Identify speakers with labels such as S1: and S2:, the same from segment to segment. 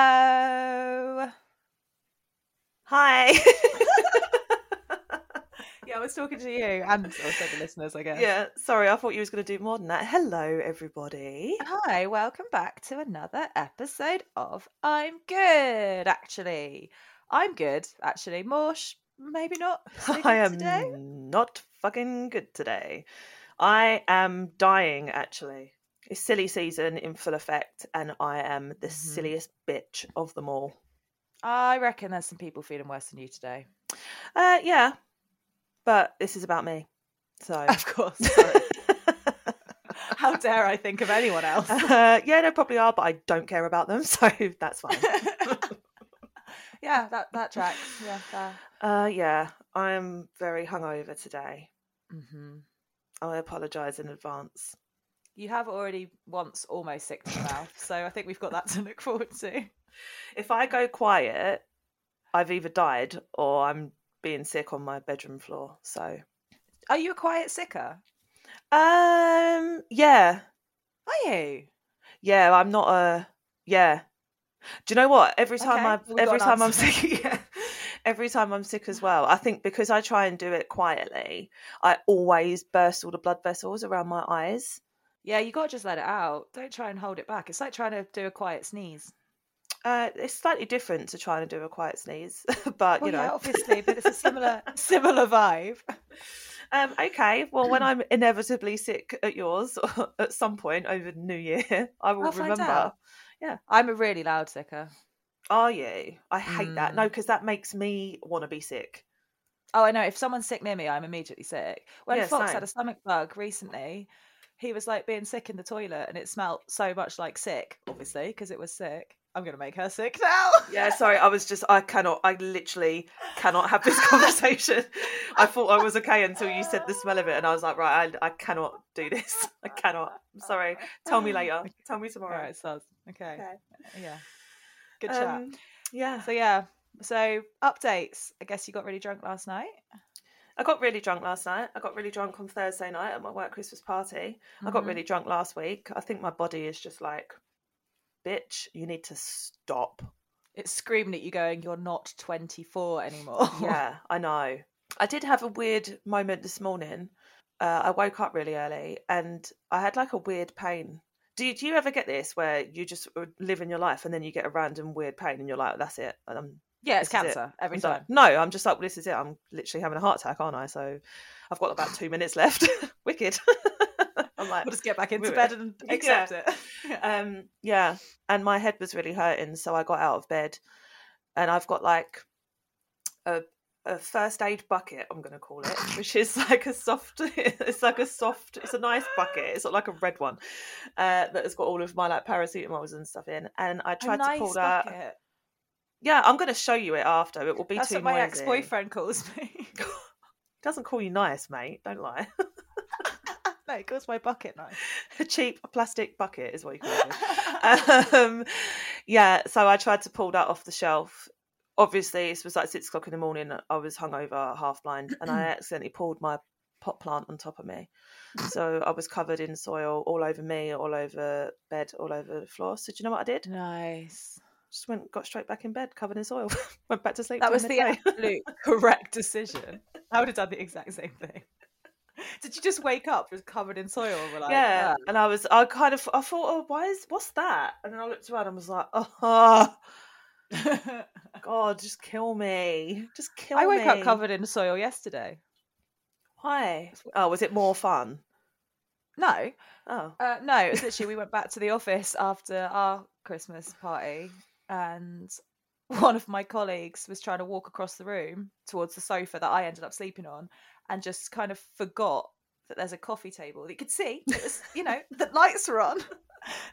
S1: Hello.
S2: Hi.
S1: Yeah, I was talking to you and also the listeners, I guess.
S2: yeah, sorry, I thought you was going to do more than that. Hello, everybody.
S1: Hi, welcome back to another episode of I'm Good, actually. I'm good, actually. Morsh, maybe not so
S2: I
S1: good
S2: am
S1: today.
S2: not fucking good today. I am dying, actually. It's silly season in full effect, and I am the
S1: Mhm.
S2: silliest bitch of them all.
S1: I reckon there's some people feeling worse than you today.
S2: Uh, yeah, but this is about me. So.
S1: Of course. sorry. How dare I think of anyone else?
S2: Uh, yeah, they probably are, but I don't care about them, so that's fine.
S1: yeah, that, that tracks. Yeah, fair.
S2: Uh, yeah, I am very hungover today.
S1: hmm
S2: I apologise in advance.
S1: You have already once almost sicked your mouth, so I think we've got that to look forward to.
S2: If I go quiet, I've either died or I'm being sick on my bedroom floor. So,
S1: Are you a quiet sicker?
S2: um, yeah,
S1: Are you?
S2: yeah, I'm not a yeah. Do you know what? Every time
S1: Okay,
S2: I
S1: we've got
S2: every
S1: an
S2: time I'm
S1: answer.
S2: sick, yeah, every time I'm sick as well. I think because I try and do it quietly, I always burst all the blood vessels around my eyes.
S1: Yeah, you gotta just let it out. Don't try and hold it back. It's like trying to do a quiet sneeze.
S2: Uh, it's slightly different to trying to do a quiet sneeze, but
S1: Well,
S2: you know,
S1: yeah, obviously, but it's a similar similar vibe.
S2: Um, okay, well, when I'm inevitably sick at yours at some point over New Year, I will
S1: I'll find
S2: remember.
S1: out. I'm a really loud sicker.
S2: Are you? I hate that. No,
S1: Mm.
S2: because that makes me want to be sick.
S1: Oh, I know. If someone's sick near me, I'm immediately sick. When
S2: Yeah,
S1: Fox
S2: same.
S1: had a stomach bug recently, he was like being sick in the toilet, and it smelt so much like sick, obviously, because it was sick. I'm gonna make her sick now.
S2: Yeah, sorry, I was just, I cannot, I literally cannot have this conversation. I thought I was okay until you said the smell of it, and I was like, right, I, I cannot do this. I cannot. I'm sorry. Tell me later.
S1: Okay.
S2: Tell me
S1: All
S2: tomorrow.
S1: right, soz. Okay. Uh,
S2: Okay.
S1: Yeah. Good chat.
S2: Um, yeah.
S1: So yeah. So updates. I guess you got really drunk last night.
S2: I got really drunk last night. I got really drunk on Thursday night at my work Christmas party. I got
S1: Mhm.
S2: really drunk last week. I think my body is just like, bitch, you need to stop.
S1: It's screaming at you, going, "You're not 24 anymore."
S2: yeah, I know. I did have a weird moment this morning. Uh, I woke up really early and I had like a weird pain. Do, do you ever get this where you just uh, live in your life and then you get a random weird pain and you're like, that's it. I'm,
S1: yeah. It's
S2: This is it.
S1: cancer every
S2: I'm
S1: time.
S2: done. No, I'm just like, well, this is it. I'm literally having a heart attack, aren't I? So I've got about two minutes left. Wicked. I'm like,
S1: We'll just get back into
S2: Wait,
S1: bed and
S2: Yeah.
S1: accept it. Yeah.
S2: um yeah and my head was really hurting so i got out of bed and i've got like a a first aid bucket i'm gonna call it which is like a soft it's like a soft it's a nice bucket it's not like a red one uh that has got all of my like paracetamols and stuff in and i
S1: A
S2: tried
S1: nice
S2: to pull that
S1: bucket.
S2: yeah i'm gonna show you it after it will be
S1: That's
S2: too
S1: what my
S2: noisy.
S1: ex-boyfriend calls me.
S2: doesn't call you nice mate don't lie
S1: no, he calls my bucket knife.
S2: a cheap plastic bucket is what you call it
S1: Uh,
S2: um, yeah, so I tried to pull that off the shelf. Obviously, this was like six o'clock in the morning. I was hungover, half blind, and I accidentally pulled my pot plant on top of me. So I was covered in soil all over me, all over bed, all over the floor. So do you know what I did?
S1: nice.
S2: Just went, got straight back in bed, covered in soil, went back to sleep.
S1: That
S2: till
S1: was the
S2: midday.
S1: absolute correct decision. I would have done the exact same thing. Did you just wake up just covered in soil? And were like,
S2: yeah.
S1: "Ah,
S2: And I was, I kind of, I thought, oh, why is, what's that? And then I looked around and was like, oh, God, just kill me, just kill me.
S1: I woke up covered in soil yesterday.
S2: Why? Oh, was it more fun?
S1: No,
S2: Oh,
S1: uh, no, it was literally we went back to the office after our Christmas party, and one of my colleagues was trying to walk across the room towards the sofa that I ended up sleeping on, and just kind of forgot that there's a coffee table that you could see. It was, you know, the lights were on.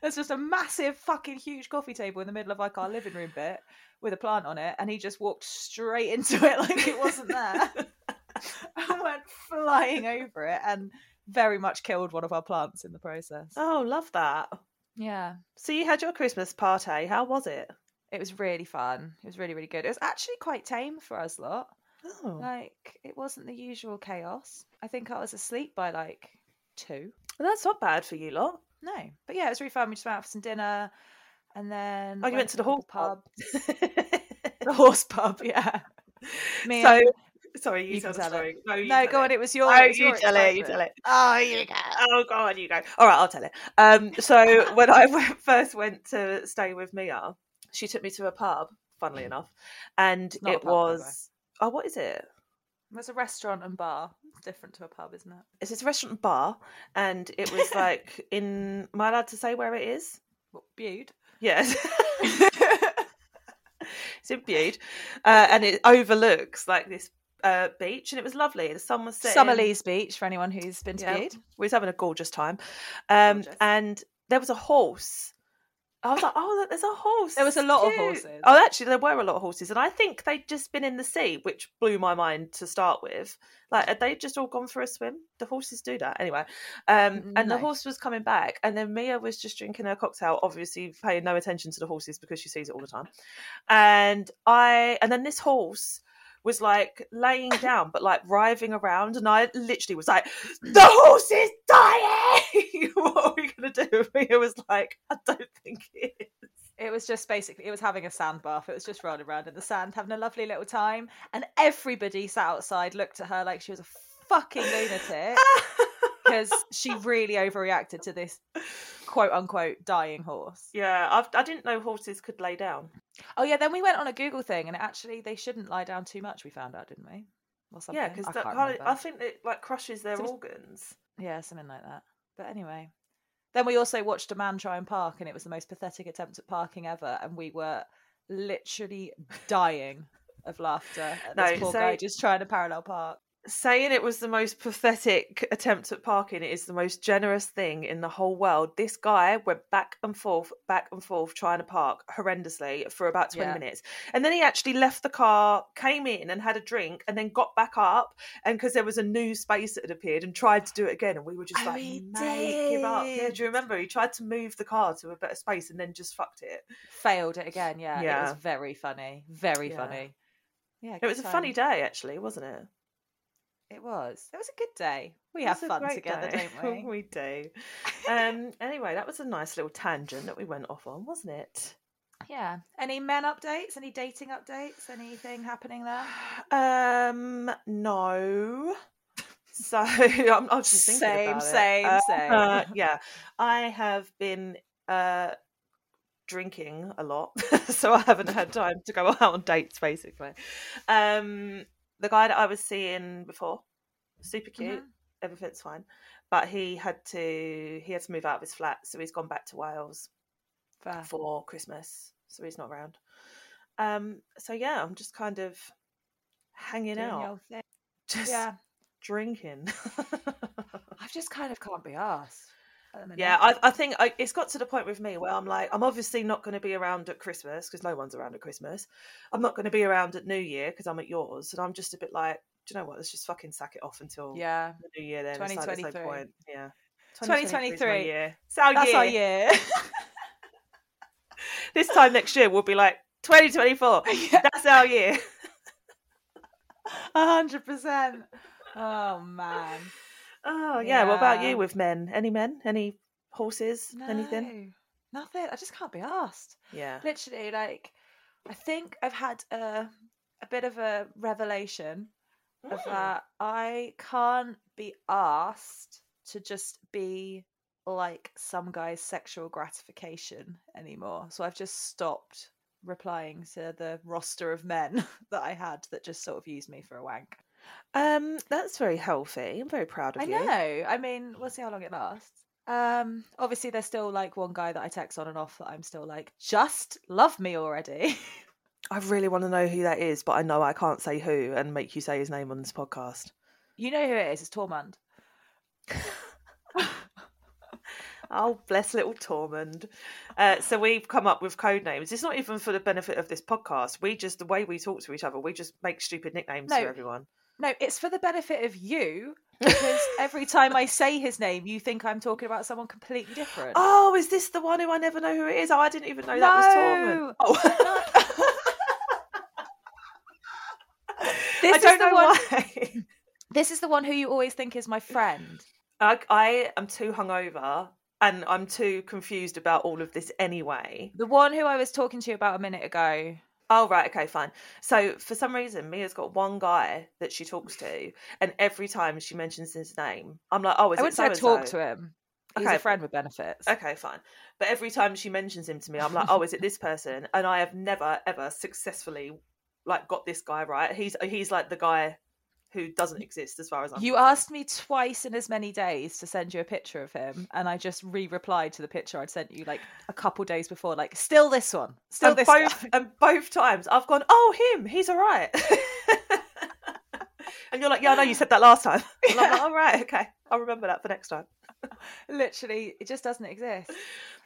S1: There's just a massive, fucking huge coffee table in the middle of like our living room bit with a plant on it, and he just walked straight into it like it wasn't there. and went flying over it and very much killed one of our plants in the process.
S2: oh, love that.
S1: Yeah.
S2: So you had your Christmas party. How was it?
S1: It was really fun. It was really, really good. It was actually quite tame for us lot.
S2: Oh,
S1: Like, it wasn't the usual chaos. I think I was asleep by like two.
S2: that's not bad for you lot.
S1: No. But yeah, it was really fun. We just went out for some dinner. and then
S2: Oh, you went to the horse pub.
S1: the horse pub, yeah. Me
S2: so,
S1: and-
S2: sorry, you,
S1: you
S2: tell
S1: can
S2: the
S1: tell
S2: story. No, you
S1: no,
S2: tell
S1: go
S2: it.
S1: on. It was your.
S2: oh,
S1: was
S2: you
S1: your
S2: tell it. You
S1: excitement.
S2: tell it. Oh, you go. Oh, go on, you go. All right, I'll tell it. Um, so when I went, first went to stay with Mia, she took me to a pub. Funnily enough, and
S1: not a
S2: it
S1: pub, by the way.
S2: was. Oh, what is it?
S1: There's a restaurant and bar. It's different to a pub, isn't it?
S2: It's this restaurant and bar, and it was like in. Am I allowed to say where it is?
S1: What, Bude?
S2: Yes. it's in Bude, uh, and it overlooks like this uh, beach, and it was lovely. The sun was setting.
S1: Summerlees Beach for anyone who's been to
S2: Yeah.
S1: Bude.
S2: we was having a gorgeous time. Um,
S1: Gorgeous.
S2: and there was a horse. I was like, oh, look, there's a horse.
S1: There was a lot of
S2: Cute.
S1: horses.
S2: Oh, actually, there were a lot of horses, and I think they'd just been in the sea, which blew my mind to start with. Like, had they just all gone for a swim? The horses do that anyway. Um, and the
S1: No.
S2: horse was coming back, and then Mia was just drinking her cocktail, obviously paying no attention to the horses because she sees it all the time. And I, and then this horse was like laying down, but like writhing around, and I literally was like, "The horse is dying! what are we gonna do?" Mia was like, "I don't think it is."
S1: It was just basically it was having a sand bath. It was just rolling around in the sand, having a lovely little time, and everybody sat outside looked at her like she was a fucking lunatic because she really overreacted to this quote unquote dying horse.
S2: Yeah, I've, I didn't know horses could lay down.
S1: Oh yeah, then we went on a Google thing, and actually they shouldn't lie down too much. We found out, didn't we? Or something.
S2: Yeah, 'cause Yeah,
S1: I
S2: because
S1: can't
S2: I,
S1: remember.
S2: I think it like crushes their
S1: Sort of-
S2: organs.
S1: yeah, something like that. But anyway, then we also watched a man try and park, and it was the most pathetic attempt at parking ever, and we were literally dying of laughter at this
S2: No,
S1: poor
S2: so-
S1: guy just trying to parallel park.
S2: Saying it was the most pathetic attempt at parking is the most generous thing in the whole world. This guy went back and forth, back and forth, trying to park horrendously for about 20
S1: Yeah.
S2: minutes. And then he actually left the car, came in and had a drink, and then got back up. And because there was a new space that had appeared and tried to do it again. And we were just
S1: Oh,
S2: like,
S1: he
S2: mate, give up. Yeah,
S1: did.
S2: do you remember? He tried to move the car to a better space and then just fucked it.
S1: Failed it again. Yeah, it
S2: Yeah.
S1: was very funny. Very
S2: Yeah.
S1: funny. Yeah,
S2: It was a
S1: good
S2: funny
S1: times.
S2: day, actually, wasn't it?
S1: It was. It was a good day. We
S2: It
S1: have
S2: was a
S1: fun
S2: great
S1: together,
S2: day.
S1: don't we?
S2: we do. Um, anyway, that was a nice little tangent that we went off on, wasn't it?
S1: yeah. Any men updates? Any dating updates? Anything happening there?
S2: Um, no. So I'm, I was just thinking
S1: Same,
S2: about it.
S1: same,
S2: Uh,
S1: same.
S2: uh, yeah, I have been uh, drinking a lot, so I haven't had time to go out on dates. Basically, um, the guy that I was seeing before, super cute.
S1: Mhm.
S2: everything's fine. But he had to he had to move out of his flat, so he's gone back to Wales
S1: Fair.
S2: for Christmas. So he's not around. Um so yeah, I'm just kind of hanging
S1: Doing the
S2: out.
S1: old thing.
S2: Just
S1: Yeah.
S2: drinking.
S1: I've just kind of can't be asked.
S2: yeah, I, I think I, it's got to the point with me where I'm like, I'm obviously not going to be around at Christmas because no one's around at Christmas. I'm not going to be around at New Year because I'm at yours. And I'm just a bit like, do you know what? Let's just fucking sack it off until
S1: Oh, yeah.
S2: the new year then. It's like, there's no
S1: 2023.
S2: point. Yeah.
S1: 2023.
S2: 2023 is my year. It's our
S1: That's
S2: year.
S1: our year.
S2: this time next year we'll be like 2024 that's our year
S1: A hundred percent. Oh man.
S2: oh yeah, what about
S1: Yeah.
S2: you with men any men any horses anything
S1: No, Nothing. I just can't be asked.
S2: yeah
S1: Literally, like I think I've had a a bit of a revelation of
S2: Mm.
S1: that I can't be asked to just be like some guy's sexual gratification anymore. So I've just stopped replying to the roster of men that I had that just sort of used me for a wank.
S2: um that's very healthy i'm very proud of
S1: I
S2: you
S1: know. I mean, we'll see how long it lasts. Um, obviously there's still like one guy that I text on and off that I'm still like, just love me already.
S2: i really want to know who that is but i know i can't say who and make you say his name on this podcast
S1: you know who it is, it's Tormund.
S2: oh bless little tormund uh, so we've come up with code names it's not even for the benefit of this podcast we just the way we talk to each other we just make stupid nicknames
S1: No.
S2: for everyone
S1: No, it's for the benefit of you because every time I say his name, you think I'm talking about someone completely different.
S2: Oh, is this the one who I never know who it is? Oh, I didn't even know that was Torment.
S1: No.
S2: Oh.
S1: This
S2: I
S1: is
S2: don't
S1: the
S2: know
S1: one.
S2: why.
S1: This is the one who you always think is my friend.
S2: I, I am too hungover and I'm too confused about all of this anyway.
S1: The one who I was talking to you about a minute ago.
S2: Oh right, okay, fine. So for some reason, Mia's got one guy that she talks to, and every time she mentions his name, I'm like, oh, is
S1: I
S2: it
S1: wouldn't say I
S2: so-and-so?
S1: talk to him. He's
S2: Okay.
S1: a friend with benefits.
S2: Okay, fine. But every time she mentions him to me, I'm like, oh, is it this person? And I have never ever successfully like got this guy right. He's he's like the guy who doesn't exist as far as I'm.
S1: You
S2: concerned.
S1: asked me twice in as many days to send you a picture of him, and I just re-replied to the picture I'd sent you like a couple days before, like still this one, still
S2: and
S1: this.
S2: both
S1: guy."
S2: and both times I've gone, oh, him, he's all right. and you're like, yeah, I know you said that last time. And I'm like, all right, okay, I'll remember that for next time.
S1: Literally, it just doesn't exist.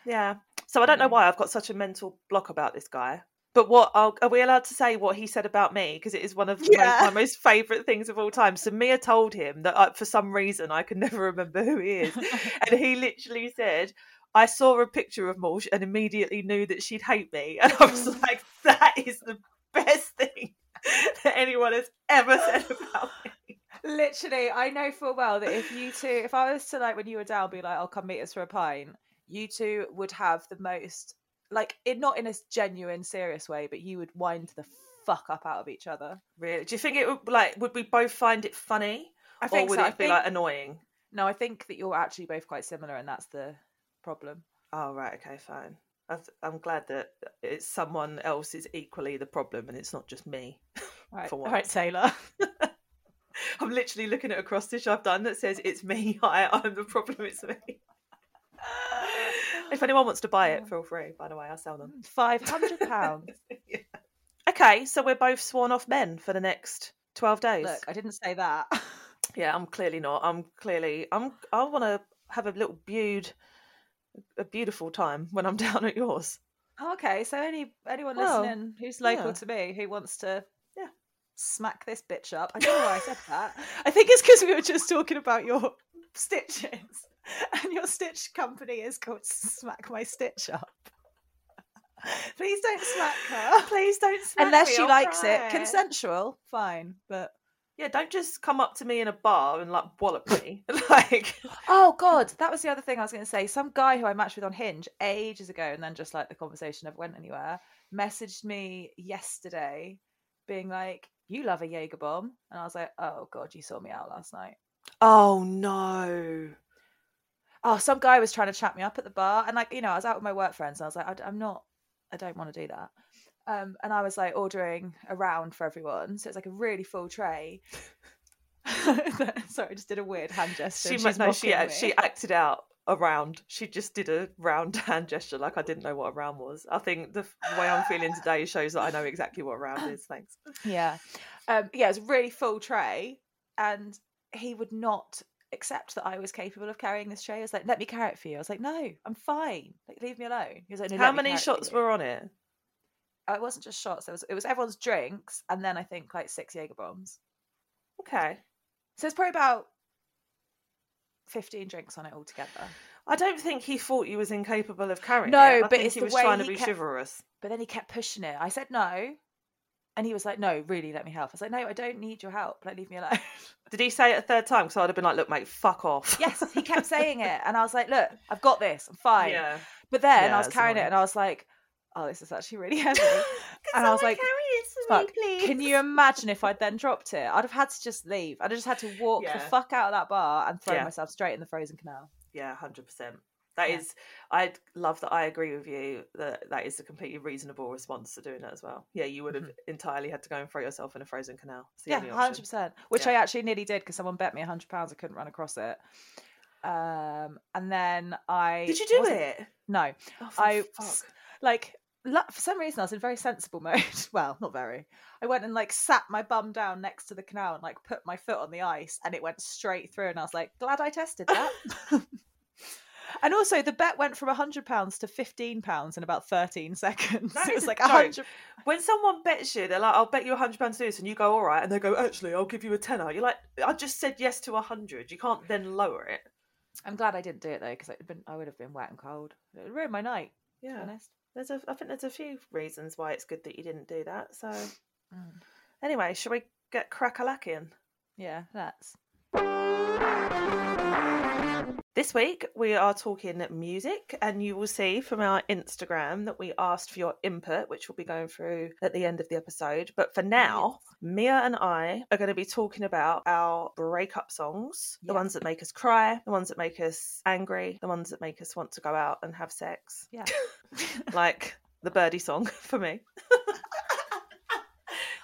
S2: Yeah. So I don't know
S1: Mm.
S2: why I've got such a mental block about this guy. But what are, are we allowed to say what he said about me? Because it is one of my-
S1: Yeah.
S2: my, most favourite things of all time. So Mia told him that I, for some reason I can never remember who he is, and he literally said, "I saw a picture of Morsh and immediately knew that she'd hate me." And I was like, "That is the best thing that anyone has ever said about me."
S1: Literally, I know full well that if you two, if I was to like when you were down, be like, "I'll come meet us for a pint," you two would have the most, like, it not in a genuine, serious way, but you would wind the fuck up out of each other.
S2: Really? Do you think it would like would we both find it funny,
S1: I
S2: or would
S1: so.
S2: it
S1: I
S2: be
S1: think-
S2: like annoying?
S1: no, I think that you're actually both quite similar, and that's the problem.
S2: Oh right, okay, fine. I th- I'm glad that uh, it's someone else is equally the problem, and it's not just me.
S1: Right,
S2: For
S1: all right,
S2: once.
S1: Taylor.
S2: I'm literally looking at a cross-stitch I've done that says "It's me, I, I'm the problem, it's me." if anyone wants to buy it, feel free. By the way, I sell them.
S1: Five hundred pounds.
S2: Yeah. Okay, so we're both sworn off men for the next twelve days.
S1: Look, I didn't say that.
S2: Yeah, I'm clearly not. I'm clearly. I'm. I want to have a little beaud, a beautiful time when I'm down at yours.
S1: Oh, okay, so any anyone
S2: Well,
S1: listening who's local
S2: yeah.
S1: to me who wants to
S2: Yeah.
S1: smack this bitch up. I don't know why I said that. I think it's because we were just talking about your stitches. And your stitch company is called Smack My Stitch Up. Please don't smack her.
S2: Please don't. smack
S1: Unless
S2: me,
S1: she
S2: I'll
S1: likes
S2: cry.
S1: it. Consensual, fine. But
S2: Yeah, don't just come up to me in a bar and like wallop me. like,
S1: Oh god, that was the other thing I was going to say. Some guy who I matched with on Hinge ages ago, and then just like the conversation never went anywhere, messaged me yesterday, being like, "You love a Jaeger bomb," and I was like, "Oh god, you saw me out last night."
S2: oh no.
S1: Oh, some guy was trying to chat me up at the bar, and like you know, I was out with my work friends, and I was like, I, "I'm not, I don't want to do that." Um, and I was like ordering a round for everyone, so it's like a really full tray. Sorry, I just did a weird hand gesture.
S2: She
S1: and
S2: must
S1: she's
S2: no, she
S1: mocking
S2: act-
S1: me.
S2: she acted out a round. She just did a round hand gesture, like I didn't know what a round was. I think the f- way I'm feeling today shows that I know exactly what a round is. Thanks.
S1: Yeah. Um, yeah, it was a really full tray, and he would not accept that I was capable of carrying this tray. He was like, let me carry it for you. I was like, no, I'm fine. Like, leave me alone. He was like, no,
S2: How
S1: let me
S2: many
S1: carry it for
S2: shots
S1: you."
S2: were on it?
S1: Oh, It wasn't just shots. There was it was everyone's drinks, and then I think like six Jaeger bombs.
S2: Okay.
S1: So it's probably about fifteen drinks on it altogether.
S2: I don't think he thought you was incapable of carrying.
S1: No,
S2: it. I
S1: but
S2: think
S1: it's
S2: he
S1: the
S2: was
S1: way
S2: trying to
S1: he
S2: be
S1: kept-
S2: chivalrous.
S1: But then he kept pushing it. I said no, and he was like, no, really, let me help. I was like, no, I don't need your help. Like, leave me alone.
S2: Did he say it a third time? Because I'd have been like, "Look, mate, fuck off."
S1: yes, he kept saying it, and I was like, look, I've got this. I'm fine.
S2: Yeah.
S1: But then
S2: Yeah,
S1: I was
S2: that's
S1: carrying it
S2: annoying.
S1: and I was like, oh, this is actually really heavy. and I was like,
S2: carry
S1: "Fuck, can you imagine if I'd then dropped it? I'd have had to just leave. I'd have just had to walk the
S2: Yeah.
S1: fuck out of that bar and throw
S2: Yeah.
S1: myself straight in the frozen canal.
S2: Yeah, hundred percent. That
S1: Yeah.
S2: is, I love that. I agree with you that that is a completely reasonable response to doing that as well. Yeah, you would have entirely had to go and throw yourself in a frozen canal. It's the
S1: Mm-hmm. Yeah,
S2: only option.
S1: 100%. Which
S2: Yeah.
S1: I actually nearly did because someone bet me £100 I couldn't run across it. Um, and then I.
S2: Did you do
S1: wasn't-
S2: it?
S1: No.
S2: Oh,
S1: I-
S2: I
S1: like lu- for some reason I was in very sensible mode. well, not very. I went and like sat my bum down next to the canal and like put my foot on the ice and it went straight through and I was like, glad I tested that. and also the bet went from hundred pounds to fifteen pounds in about thirteen seconds.
S2: That
S1: it
S2: is
S1: was
S2: a
S1: like
S2: joke.
S1: hundred
S2: When someone bets you, they're like, "I'll bet you hundred pounds to do this," and you go, "All right," and they go, "Actually, I'll give you a tenner." You're like, "I just said yes to a hundred. You can't then lower it."
S1: I'm glad I didn't do it though, because I'd been I would have been wet and cold. It would ruin my night, to be
S2: Yeah,
S1: honest.
S2: there's a. I think there's a few reasons why it's good that you didn't do that. So
S1: Mm.
S2: anyway, shall we get crack a in?
S1: Yeah, that's
S2: This week we are talking music, and you will see from our Instagram that we asked for your input, which we'll be going through at the end of the episode. But for now, Mia and I are going to be talking about our breakup songs the
S1: Yeah.
S2: ones that make us cry, the ones that make us angry, the ones that make us want to go out and have sex.
S1: Yeah.
S2: like the birdie song for me.
S1: oh,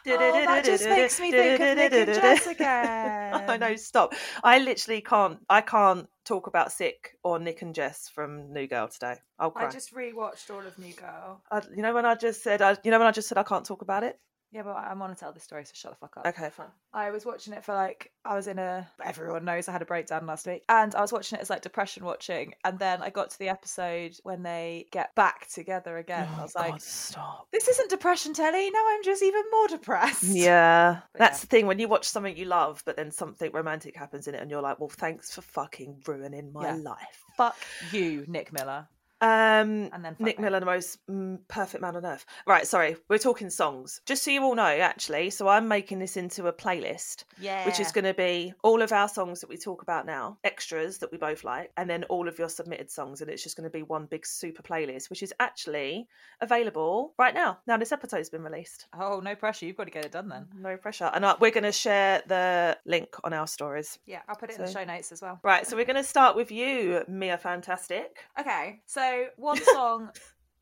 S1: that just makes me think of Nick and Jess again.
S2: I know. Stop. I literally can't. I can't talk about Sick or Nick and Jess from New Girl today. I'll cry.
S1: I just rewatched all of New Girl.
S2: I- you know when I just said. I, you know when I just said I can't talk about it.
S1: Yeah, but I'm on to tell this story, so shut the fuck up.
S2: Okay, fine.
S1: I was watching it for like I was in a everyone knows I had a breakdown last week and I was watching it as like depression watching and then I got to the episode when they get back together again and I
S2: Oh,
S1: was like
S2: God, stop.
S1: this isn't depression telly now I'm just even more depressed
S2: Yeah,
S1: But
S2: that's
S1: yeah.
S2: the thing when you watch something you love, but then something romantic happens in it, and you're like, "Well, thanks for fucking ruining my
S1: Yeah.
S2: life."
S1: fuck you Nick Miller
S2: Um,
S1: and then fuck
S2: Nick
S1: me.
S2: Miller, the most mm, perfect man on earth. Right, sorry, we're talking songs. Just so you all know, actually, so I'm making this into a playlist,
S1: yeah
S2: which is going to be all of our songs that we talk about now, extras that we both like, and then all of your submitted songs. And it's just going to be one big super playlist, which is actually available right now. Now, this episode's been released.
S1: oh no pressure you've got to get it done then
S2: No pressure. And uh, we're going to share the link on our stories.
S1: yeah I'll put it in the
S2: So-
S1: show notes as well
S2: Right, so we're going to start with you, Mia Fantastic.
S1: okay so one song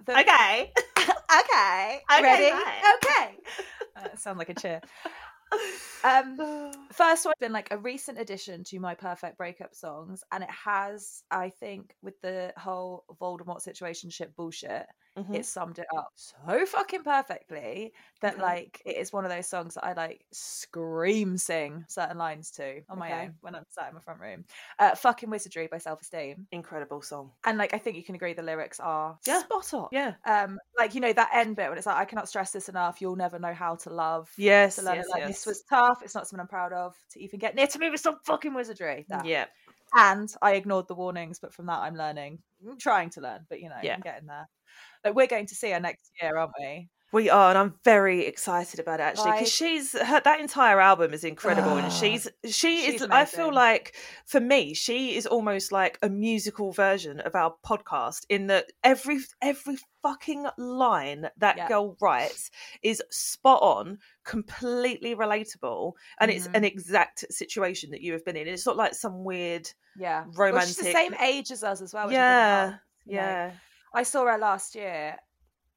S1: that
S2: Okay.
S1: okay.
S2: Okay,
S1: Ready?
S2: right.
S1: Okay. Uh, sound like a cheer. Um,
S2: Mm-hmm.
S1: first one's been like a recent addition to my perfect breakup songs, and it has, I think, with the whole Voldemort situation shit bullshit,
S2: Mhm.
S1: it summed it up so fucking perfectly that
S2: Okay.
S1: like it is one of those songs that I like scream sing certain lines to on my
S2: Okay.
S1: own when I'm sat in my front room. Uh, fucking Wizardry by Self Esteem,
S2: Incredible song.
S1: and like I think you can agree the lyrics are
S2: Yeah.
S1: spot on
S2: Yeah.
S1: um like you know that end bit when it's like i cannot stress this enough you'll never know how to love
S2: Yes.
S1: to learn
S2: yes,
S1: it. like
S2: yes.
S1: this was tough it's not something i'm proud of to even get near to me with some fucking wizardry that.
S2: Yeah.
S1: and i ignored the warnings but from that i'm learning I'm trying to learn but you know
S2: Yeah.
S1: i'm getting there like we're going to see her next year aren't we
S2: We are, and I'm very excited about it actually
S1: Like-
S2: because she's her, that entire album is incredible,
S1: Ah,
S2: and she's she
S1: she's
S2: is. I feel
S1: amazing.
S2: like for me, she is almost like a musical version of our podcast in that every every fucking line that
S1: Yeah.
S2: girl writes is spot on, completely relatable, and it's
S1: Mhm.
S2: an exact situation that you have been in. It's not like some weird,
S1: yeah well, she's the
S2: Romantic.
S1: same age as us as well which I think
S2: Yeah,
S1: helps, you know.
S2: yeah,
S1: i saw her last year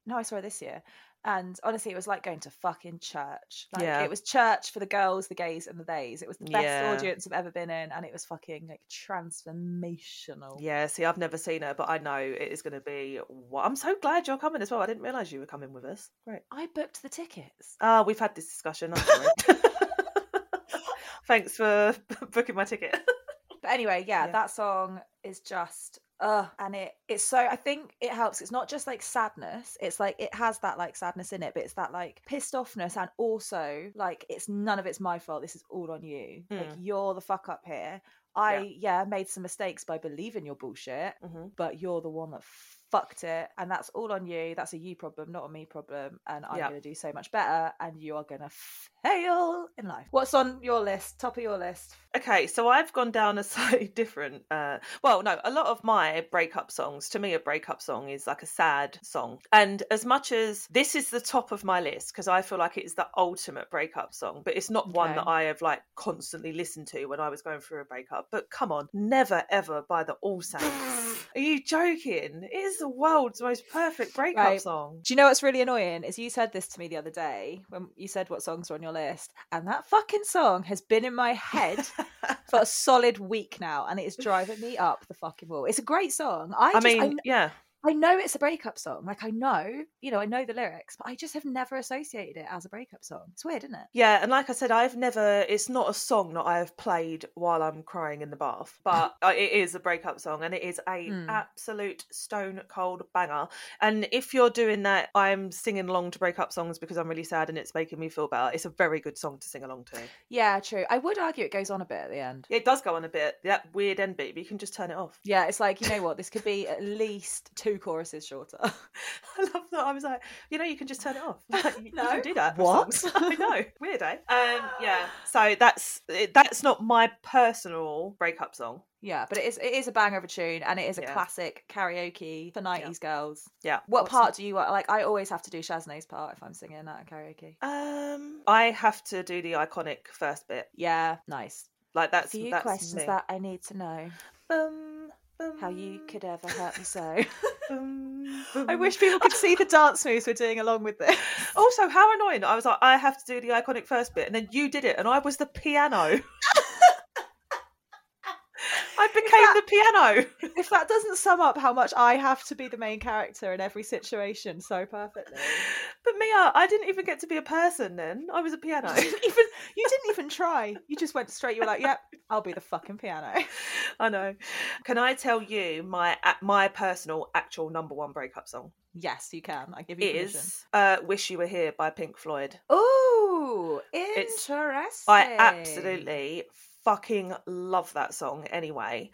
S1: no i saw her this year and honestly, it was like going to fucking church. Like
S2: Yeah.
S1: it was church for the girls, the gays, and the theys. It was the best
S2: Yeah.
S1: audience I've ever been in, and it was fucking like transformational.
S2: Yeah, see, I've never seen her, but I know it is going to be. wa- I'm so glad you're coming as well. I didn't realise you were coming with us. Great.
S1: I booked the tickets.
S2: Ah, we've had this discussion. I'm sorry. Thanks for booking my ticket.
S1: But anyway, yeah,
S2: Yeah.
S1: that song is just uh and it it's so I think it helps. It's not just like sadness. It's like it has that like sadness in it, but it's that like pissed offness and also like it's none of it's my fault. This is all on you. Like you're the fuck up here. I Mm. yeah, made some mistakes by believing your bullshit.
S2: Mhm.
S1: but you're the one that fucked it and that's all on you that's a you problem not a me problem and i'm
S2: Yeah.
S1: going to do so much better and you are going to fail in life what's on your list top of your list
S2: Okay, so I've gone down a slightly different. Uh, well, no, a lot of my breakup songs, to me, a breakup song is like a sad song. And as much as this is the top of my list, because I feel like it is the ultimate breakup song, but it's not one
S1: Okay.
S2: that I have like constantly listened to when I was going through a breakup. But come on, never ever by the All Saints. Are you joking? It is the world's most perfect breakup
S1: Right.
S2: song.
S1: do you know what's really annoying is you said this to me the other day when you said what songs are on your list and that fucking song has been in my head for a solid week now and it is driving me up the fucking wall it's a great song i,
S2: I
S1: just, I,
S2: mean,
S1: kn-
S2: yeah.
S1: I know it's a breakup song like i know you know i know the lyrics but i just have never associated it as a breakup song it's weird isn't it
S2: Yeah, and like I said, I've never. It's not a song that I have played while I'm crying in the bath, but uh, it is a breakup song, and it is a
S1: Hmm.
S2: absolute stone cold banger. And if you're doing that, I'm singing along to breakup songs because I'm really sad and it's making me feel better. It's a very good song to sing along to.
S1: Yeah, true. I would argue it goes on a bit at the end.
S2: It does go on a bit that weird end beat, but you can just turn it off.
S1: Yeah, it's like, you know what, this could be at least two choruses shorter.
S2: I love that. I was like, you know, you can just turn it off. Like, you, you
S1: No.
S2: can do that. with
S1: What?
S2: songs. I know. Weird, eh? Um, yeah. So that's that's not my personal breakup song,
S1: Yeah, but it is it is a banger of a tune, and it is a
S2: Yeah.
S1: classic karaoke for nineties girls.
S2: Yeah.
S1: What
S2: What's-
S1: part do you uh, like? I always have to do Shaznay's part if I'm singing that at karaoke.
S2: Um, I have to do the iconic first bit.
S1: Yeah, nice.
S2: Like that's
S1: Few
S2: that's
S1: questions
S2: me.
S1: that I need to know.
S2: Bum,
S1: How you could
S2: bum,
S1: ever hurt me so?
S2: bum,
S1: I
S2: bum.
S1: wish people could see the dance moves we're doing along with this.
S2: Also, how annoying! I was like, I have to do the iconic first bit, and then you did it, and I was the piano. I became the piano.
S1: If that doesn't sum up how much I have to be the main character in every situation so perfectly.
S2: But Mia, I didn't even get to be a person then. I was a piano.
S1: You didn't even you didn't even try. You just went straight. You were like, "Yep, I'll be the fucking piano."
S2: I know. Can I tell you my a- my personal actual number one breakup song?
S1: Yes, you can. I give you
S2: It
S1: permission.
S2: is uh, "Wish You Were Here" by Pink Floyd.
S1: Oh,
S2: It's-
S1: interesting.
S2: I absolutely fucking love that song anyway.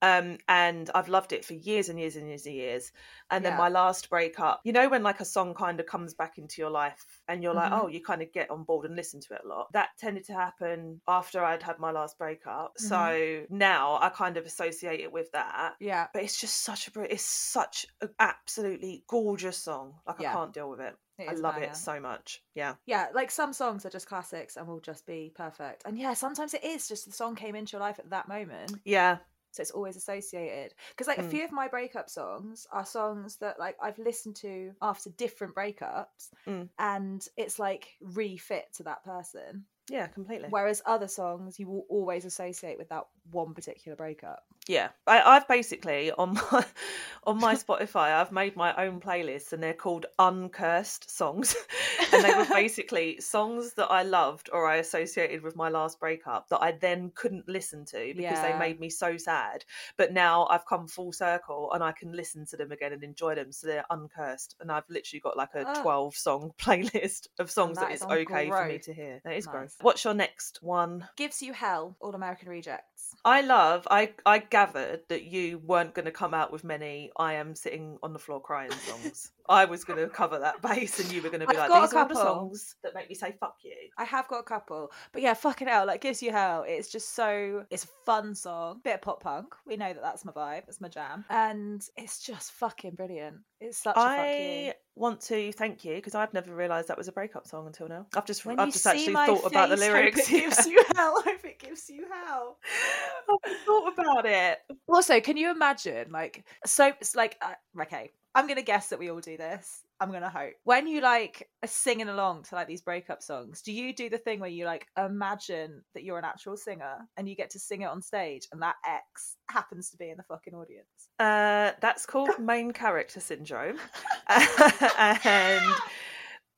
S2: Um, and I've loved it for years and years and years and years. And then
S1: Yeah.
S2: my last breakup, you know, when like a song kind of comes back into your life and you're like,
S1: Mhm.
S2: oh, you kind of get on board and listen to it a lot. That tended to happen after I'd had my last breakup.
S1: Mm-hmm.
S2: So now I kind of associate it with that.
S1: Yeah.
S2: But it's just such a, br- it's such an absolutely gorgeous song. Like
S1: Yeah.
S2: I can't deal with it.
S1: it
S2: I
S1: is a
S2: love
S1: banger.
S2: it so much. Yeah.
S1: Yeah, like some songs are just classics and will just be perfect. And yeah, sometimes it is just the song came into your life at that moment.
S2: Yeah.
S1: So it's always associated. Because like a
S2: Mm.
S1: few of my breakup songs are songs that like I've listened to after different breakups
S2: Mm.
S1: and it's like refit to that person.
S2: Yeah. Completely.
S1: Whereas other songs you will always associate with that one particular breakup.
S2: Yeah, I, I've basically on my on my Spotify, I've made my own playlists, and they're called uncursed songs, and they were basically songs that I loved or I associated with my last breakup that I then couldn't listen to because
S1: Yeah.
S2: they made me so sad. But now I've come full circle, and I can listen to them again and enjoy them. So they're uncursed, and I've literally got like a
S1: Oh.
S2: twelve song playlist of songs
S1: that
S2: that
S1: is
S2: it's
S1: on
S2: okay for me
S1: growth.
S2: to hear. That is gross.
S1: Nice.
S2: What's your next one?
S1: Gives you hell, All American Rejects.
S2: I love. I I gathered that you weren't going to come out with many. I am sitting on the floor crying songs. I was going to cover that base, and you were going to be
S1: I've
S2: like,
S1: got a
S2: "These are all the
S1: couple."
S2: songs that make me say fuck you."
S1: I have got a couple, but yeah, fucking hell, like gives you hell. It's just so it's a fun song, bit of pop punk. We know that that's my vibe, that's my jam, and it's just fucking brilliant. It's such a
S2: I
S1: fuck
S2: want to thank you because I've never realised that was a breakup song until now. I've just
S1: you. When
S2: I've
S1: you
S2: just
S1: see
S2: actually
S1: my
S2: thought about the
S1: face, hope
S2: lyrics.
S1: it gives you hell. Hope it gives you hell.
S2: I've thought about it.
S1: Also, can you imagine, like, so it's like, uh, okay, I'm gonna guess that we all do this. I'm gonna hope when you like are singing along to like these breakup songs, do you do the thing where you like imagine that you're an actual singer and you get to sing it on stage, and that X happens to be in the fucking audience?
S2: Uh, that's called main character syndrome, and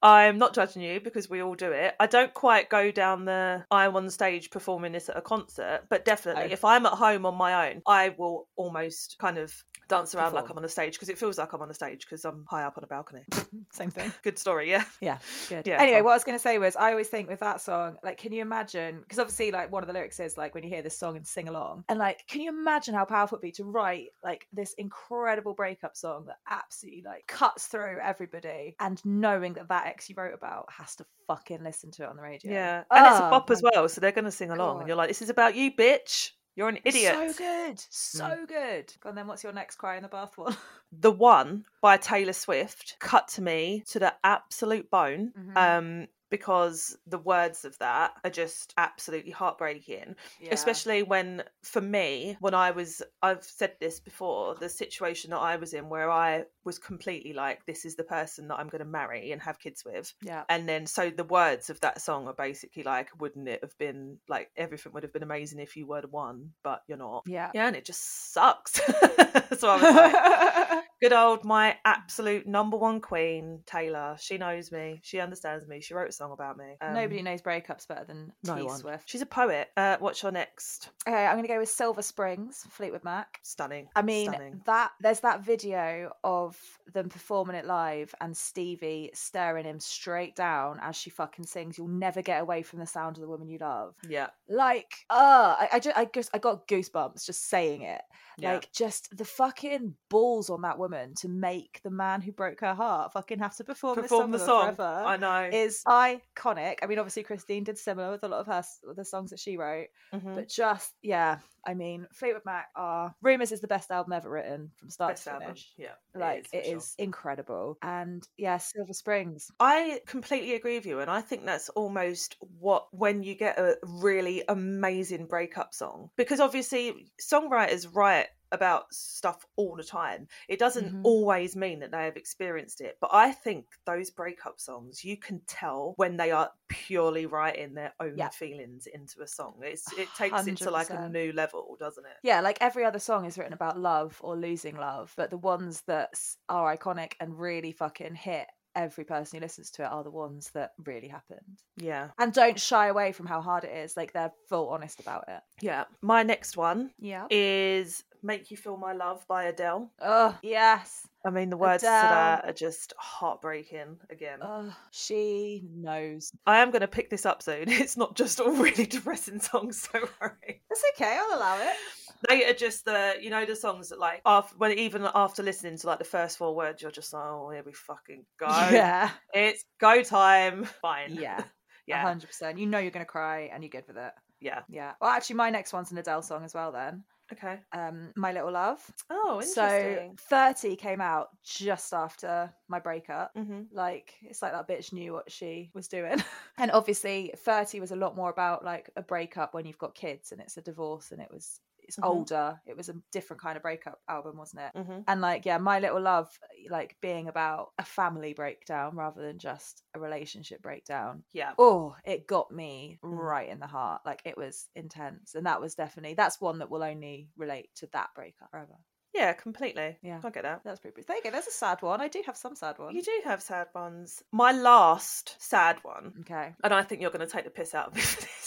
S2: I'm not judging you because we all do it. I don't quite go down the I'm on stage performing this at a concert, but definitely
S1: Oh.
S2: if I'm at home on my own, I will almost kind of dance around like
S1: Perform.
S2: I'm on a stage because it feels like I'm on a stage because I'm high up on a balcony.
S1: Same thing.
S2: Good story, yeah.
S1: Yeah, good.
S2: Yeah,
S1: anyway,
S2: fun.
S1: what I was going to say was, I always think with that song, like, can you imagine? Because obviously, like, one of the lyrics is like, when you hear this song and sing along, and like, can you imagine how powerful it'd be to write like this incredible breakup song that absolutely like cuts through everybody, and knowing that that ex you wrote about has to fucking listen to it on the radio.
S2: Yeah. And it's a
S1: Oh,
S2: bop
S1: my
S2: as well, so they're going to sing along
S1: God.
S2: and you're like this is about you, bitch. You're an idiot.
S1: So good, so
S2: Mm.
S1: good. Go on then. What's your next cry in the bath one?
S2: The One by Taylor Swift cut to me to the absolute bone.
S1: Mhm.
S2: Um because the words of that are just absolutely heartbreaking.
S1: Yeah.
S2: especially when for me when i was i've said this before the situation that i was in where i was completely like this is the person that i'm going to marry and have kids with
S1: yeah.
S2: and then so the words of that song are basically like wouldn't it have been like everything would have been amazing if you were the one but you're not
S1: Yeah.
S2: yeah and it just sucks so i was like good old my absolute number one queen taylor she knows me she understands me she wrote a song about me Um,
S1: Nobody knows breakups better than
S2: no
S1: T
S2: one.
S1: Swift.
S2: she's a poet uh, what's your next
S1: Okay, I'm going to go with Silver Springs, Fleetwood Mac.
S2: stunning
S1: I mean
S2: stunning.
S1: that there's that video of them performing it live and Stevie staring him straight down as she fucking sings "You'll never get away from the sound of the woman you love."
S2: yeah
S1: Like, uh, I, I just I just I got goosebumps just saying it.
S2: Yeah.
S1: Like, just the fucking balls on that woman to make the man who broke her heart fucking have to perform, this
S2: Perform the
S1: song
S2: song.
S1: forever
S2: I know.
S1: is iconic. I mean, obviously Christine did similar with a lot of her s- the songs that she wrote,
S2: Mhm.
S1: but just yeah, I mean Fleetwood Mac are Rumours is the best album ever written from start
S2: Best
S1: to
S2: album.
S1: finish.
S2: Yeah.
S1: Like
S2: for
S1: it is,
S2: sure.
S1: incredible, and yeah, Silver Springs.
S2: I completely agree with you, and I think that's almost what when you get a really amazing breakup song, because obviously songwriters write about stuff all the time. It doesn't
S1: Mhm.
S2: always mean that they have experienced it, but I think those breakup songs you can tell when they are purely writing their own
S1: Yeah.
S2: feelings into a song. It's it takes it to like a
S1: 100%.
S2: new level, doesn't it?
S1: Yeah, like every other song is written about love or losing love, but the ones that s- are iconic and really fucking hit every person who listens to it are the ones that really happened.
S2: Yeah,
S1: And don't shy away from how hard it is. Like they're full honest about it.
S2: yeah. My next one
S1: Yeah.
S2: is "Make You Feel My Love" by Adele.
S1: Oh yes.
S2: I mean, the words to
S1: Adele.
S2: that are just heartbreaking again.
S1: Ugh, she knows.
S2: I am going to pick this up soon. It's not just all really depressing songs, don't worry.
S1: That's okay. I'll allow it.
S2: They are just the, you know, the songs that, like, after, when even after listening to like the first four words, you're just like, oh, here we fucking go.
S1: yeah,
S2: It's go time. Fine.
S1: yeah, uh-huh. yeah,
S2: Yeah.
S1: hundred percent. You know you're gonna cry, and you're good with it.
S2: Yeah.
S1: Yeah. Well, actually, my next one's an Adele song as well. Then,
S2: Okay.
S1: um, my little love.
S2: Oh,
S1: So
S2: interesting.
S1: thirty came out just after my breakup.
S2: hmm
S1: Like it's like that bitch knew what she was doing, and obviously thirty was a lot more about like a breakup when you've got kids and it's a divorce and it was it's
S2: Mhm.
S1: older. It was a different kind of breakup album, wasn't it?
S2: hmm
S1: and like yeah my little love like being about a family breakdown rather than just a relationship breakdown
S2: Yeah.
S1: oh it got me
S2: Mm.
S1: right in the heart like it was intense and that was definitely that's one that will only relate to that breakup forever
S2: Yeah, completely.
S1: Yeah.
S2: I get that.
S1: that's pretty there you go there's a sad one i do have some sad ones
S2: You do have sad ones. My last sad one,
S1: okay
S2: and I think you're going to take the piss out of me for this.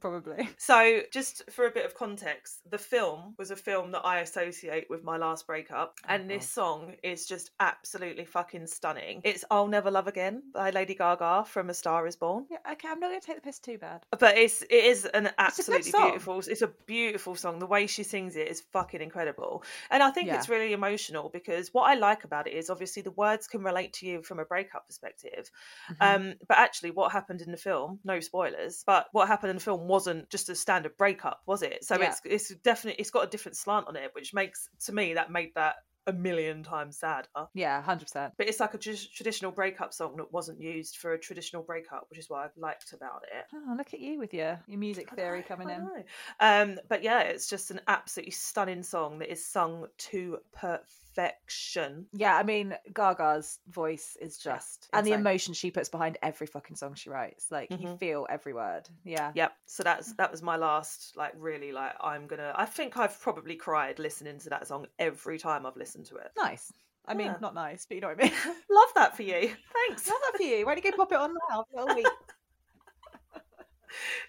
S1: probably
S2: So, just for a bit of context, the film was a film that I associate with my last breakup, and
S1: Uh-huh.
S2: this song is just absolutely fucking stunning. It's I'll Never Love Again by Lady Gaga from A Star Is Born.
S1: yeah okay i'm not gonna take the piss too bad
S2: But it's it is an absolutely
S1: song.
S2: beautiful it's a beautiful song. The way she sings it is fucking incredible. And I think
S1: Yeah.
S2: it's really emotional because what I like about it is obviously the words can relate to you from a breakup perspective.
S1: Mhm.
S2: Um, but actually, what happened in the film, no spoilers, but what happened in the film wasn't just a standard breakup, was it? So
S1: Yeah.
S2: it's it's definitely it's got a different slant on it, which makes to me that made that a million times sadder.
S1: yeah 100%
S2: But it's like a tr- traditional breakup song that wasn't used for a traditional breakup, which is what I liked about it.
S1: oh look at you with your your music theory coming
S2: I
S1: in
S2: know. Um, but yeah, it's just an absolutely stunning song that is sung to perfection.
S1: yeah, I mean, Gaga's voice is
S2: Yeah,
S1: just, and the
S2: insane.
S1: emotion she puts behind every fucking song she writes, like you
S2: Mhm.
S1: feel every word. Yeah,
S2: Yep. So that's that was my last like really like I'm gonna I think I've probably cried listening to that song every time I've listened to it.
S1: nice. I mean,
S2: Yeah.
S1: not nice, but you know what I mean. Love
S2: Love that for you. Thanks.
S1: that for you. Why don't you go pop it on now? for a little week?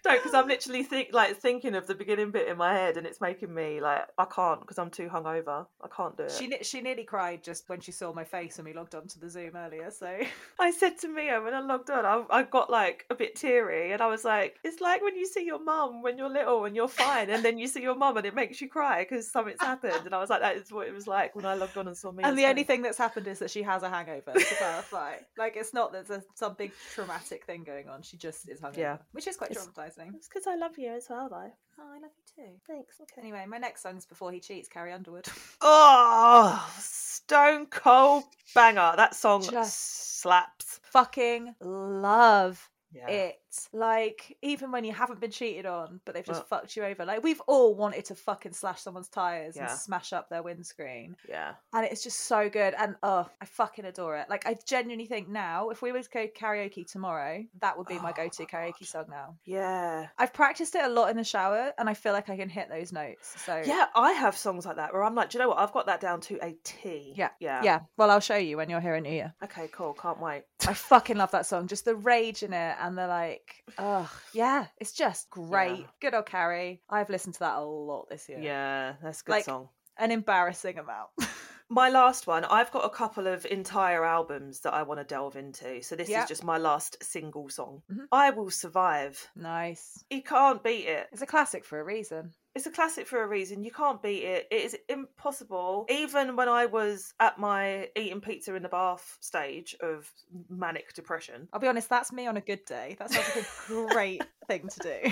S2: No, because I'm literally think like thinking of the beginning bit in my head, and it's making me like I can't because I'm too hungover. I can't do it.
S1: She ne- she nearly cried just when she saw my face when we logged on to the Zoom earlier. So
S2: I said to Mia when I logged on, I, I got like a bit teary, and I was like, "It's like when you see your mum when you're little and you're fine, and then you see your mum and it makes you cry because something's happened." And I was like, "That is what it was like when I logged on and saw Mia."
S1: and the only thing that's happened is that she has a hangover. To clarify, like it's not that there's some big traumatic thing going on. She just is hungover,
S2: Yeah.
S1: which is quite
S2: It's-
S1: traumatizing.
S2: It's because I love you as well, though.
S1: Oh, I love you too.
S2: Thanks. Okay.
S1: Anyway, my next song's "Before He Cheats," Carrie Underwood.
S2: Oh, Stone Cold Banger. That song
S1: Just-
S2: slaps.
S1: fucking love
S2: Yeah.
S1: it. Like, even when you haven't been cheated on, but they've just
S2: Well-
S1: fucked you over. Like, we've all wanted to fucking slash someone's tires
S2: Yeah.
S1: and smash up their windscreen.
S2: yeah.
S1: And it's just so good. And oh, I fucking adore it. Like, I genuinely think now, if we were to go karaoke tomorrow, that would be my
S2: Oh
S1: go to
S2: my
S1: karaoke
S2: God.
S1: song now.
S2: Yeah.
S1: I've practiced it a lot in the shower and I feel like I can hit those notes. So,
S2: Yeah, I have songs like that where I'm like, do you know what? I've got that down to a T.
S1: Yeah.
S2: Yeah.
S1: Yeah. Well, I'll show you when you're here in New Year.
S2: Okay, cool. Can't wait.
S1: I fucking love that song. Just the rage in it and the like, ugh, yeah, it's just great. Good old Carrie. I've listened to that a lot this year.
S2: Yeah, that's a good
S1: Like-
S2: song.
S1: An embarrassing amount.
S2: my last one, I've got a couple of entire albums that I want to delve into. So this
S1: Yep.
S2: is just my last single song.
S1: Mhm.
S2: I Will Survive.
S1: Nice.
S2: You can't beat it.
S1: It's a classic for a reason.
S2: It's a classic for a reason. You can't beat it. It is impossible. Even when I was at my eating pizza in the bath stage of manic depression.
S1: I'll be honest, that's me on a good day. That sounds like a great thing to do.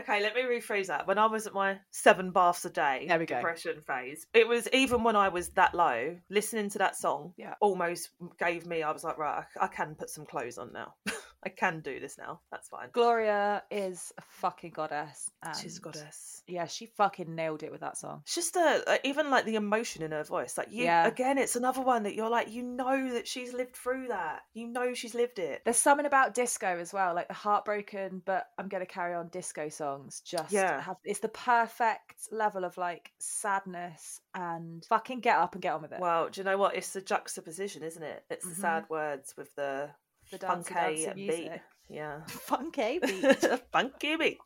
S2: Okay, let me rephrase that. When I was at my seven baths a day
S1: There we go.
S2: depression phase, it was even when I was that low, listening to that song
S1: Yeah.
S2: almost gave me, I was like, right, I, I can put some clothes on now. I can do this now. That's fine.
S1: Gloria is a fucking goddess.
S2: She's a
S1: and-
S2: goddess.
S1: Yeah, she fucking nailed it with that song.
S2: It's just uh uh, even like the emotion in her voice. Like you
S1: Yeah.
S2: again, it's another one that you're like, you know that she's lived through that. You know she's lived it.
S1: There's something about disco as well, like the heartbroken, but I'm gonna carry on disco songs. Just
S2: Yeah.
S1: have it's the perfect level of like sadness and fucking get up and get on with it.
S2: Well, do you know what? It's the juxtaposition, isn't it? It's
S1: Mhm.
S2: the sad words with the,
S1: the dancey,
S2: funky
S1: dancey
S2: beat.
S1: music.
S2: Yeah.
S1: funky beat.
S2: Funky beat.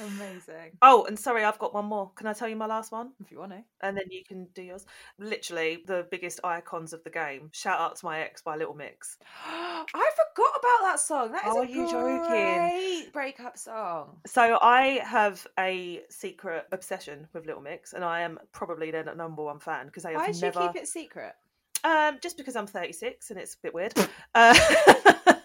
S1: Amazing.
S2: Oh, and sorry, I've got one more. Can I tell you my last one?
S1: If you want to.
S2: And then you can do yours. Literally, the biggest icons of the game. Shout out to my ex by Little Mix.
S1: I forgot about that song. That is
S2: Are
S1: a
S2: you joking?
S1: great breakup song.
S2: So I have a secret obsession with Little Mix, and I am probably their number one fan because they have
S1: Why did
S2: never.
S1: you keep it secret?
S2: Um, just because I'm 36 and it's a bit weird. Uh...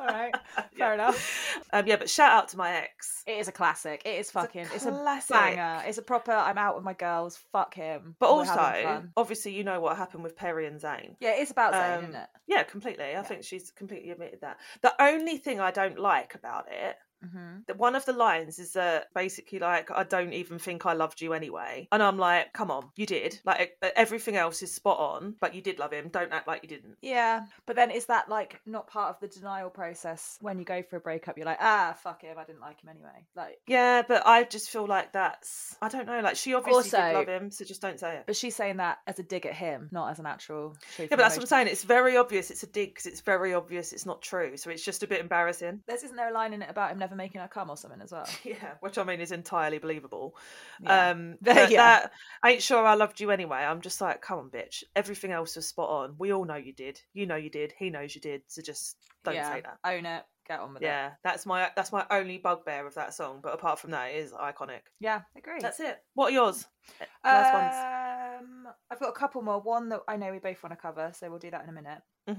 S1: All right,
S2: Yeah.
S1: fair enough.
S2: Um, yeah, but shout out to my ex.
S1: It is a classic. It is fucking. It's a,
S2: classic.
S1: banger. It's a proper. I'm out with my girls. Fuck him.
S2: But
S1: We're having
S2: also,
S1: fun.
S2: obviously, you know what happened with Perry and Zane.
S1: yeah, it's about Zayn,
S2: um,
S1: isn't it?
S2: Yeah, completely. I think she's completely admitted that. The only thing I don't like about it,
S1: Mm-hmm.
S2: that one of the lines is that basically, like, I don't even think I loved you anyway. And I'm like, come on, you did. Like, e- everything else is spot on, but you did love him. Don't act like you didn't.
S1: Yeah, but then is that like not part of the denial process when you go for a breakup? You're like, ah, fuck him. I didn't like him anyway. Like,
S2: Yeah, but I just feel like that's, I don't know, like, she obviously did
S1: Also-
S2: love him, so just don't say it.
S1: but she's saying that as a dig at him, not as an actual. Truth
S2: Yeah, but that's what I'm saying. It's very obvious. It's a dig because it's very obvious it's not true. So it's just a bit embarrassing.
S1: There's isn't there a line in it about him never making her come or something as well?
S2: Yeah, which I mean is entirely believable.
S1: Yeah.
S2: Um, but
S1: Yeah.
S2: that ain't sure I loved you anyway. I'm just like, come on, bitch. Everything else was spot on. We all know you did. You know you did. He knows you did. So just don't
S1: yeah.
S2: say that.
S1: Own it. Get on with it.
S2: Yeah, that's my that's my only bugbear of that song. But apart from that, it is iconic.
S1: Yeah, agree.
S2: That's it. What are yours? Last
S1: Um, I've got a couple more. One that I know we both want to cover, so we'll do that in a minute.
S2: ones.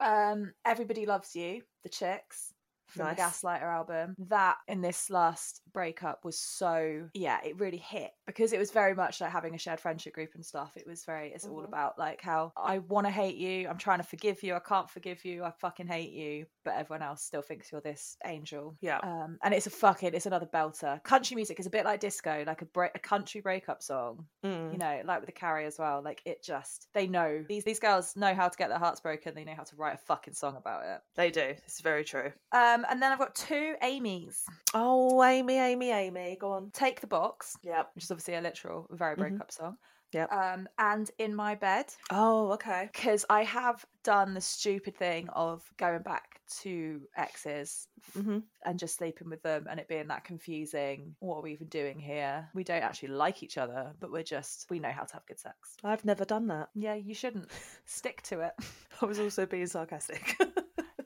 S2: Mm-hmm.
S1: Um, Everybody Loves You, the Chicks from the
S2: Nice.
S1: Gaslighter album. That in this last breakup was so yeah, it really hit because it was very much like having a shared friendship group and stuff. It was very it's all
S2: Mhm.
S1: about like how I want to hate you, I'm trying to forgive you, I can't forgive you, I fucking hate you, but everyone else still thinks you're this angel.
S2: Yeah.
S1: Um, and it's a fucking it's another belter. Country music is a bit like disco, like a break, a country breakup song
S2: Mm.
S1: you know, like with the carry as well. Like it just they know these these girls know how to get their hearts broken. They know how to write a fucking song about it.
S2: They do. It's very true.
S1: Um, and then I've got two Amy's.
S2: Oh, Amy, Amy, Amy. Go on.
S1: Take the box,
S2: Yep.
S1: which is obviously a literal very
S2: Mhm.
S1: breakup song.
S2: Yep.
S1: Um, and in my bed
S2: Oh, okay.
S1: because I have done the stupid thing of going back to exes
S2: Mm-hmm.
S1: and just sleeping with them and it being that confusing. What are we even doing here? We don't actually like each other, but we're just we know how to have good sex.
S2: I've never done that.
S1: Yeah, you shouldn't stick to it.
S2: I was also being sarcastic.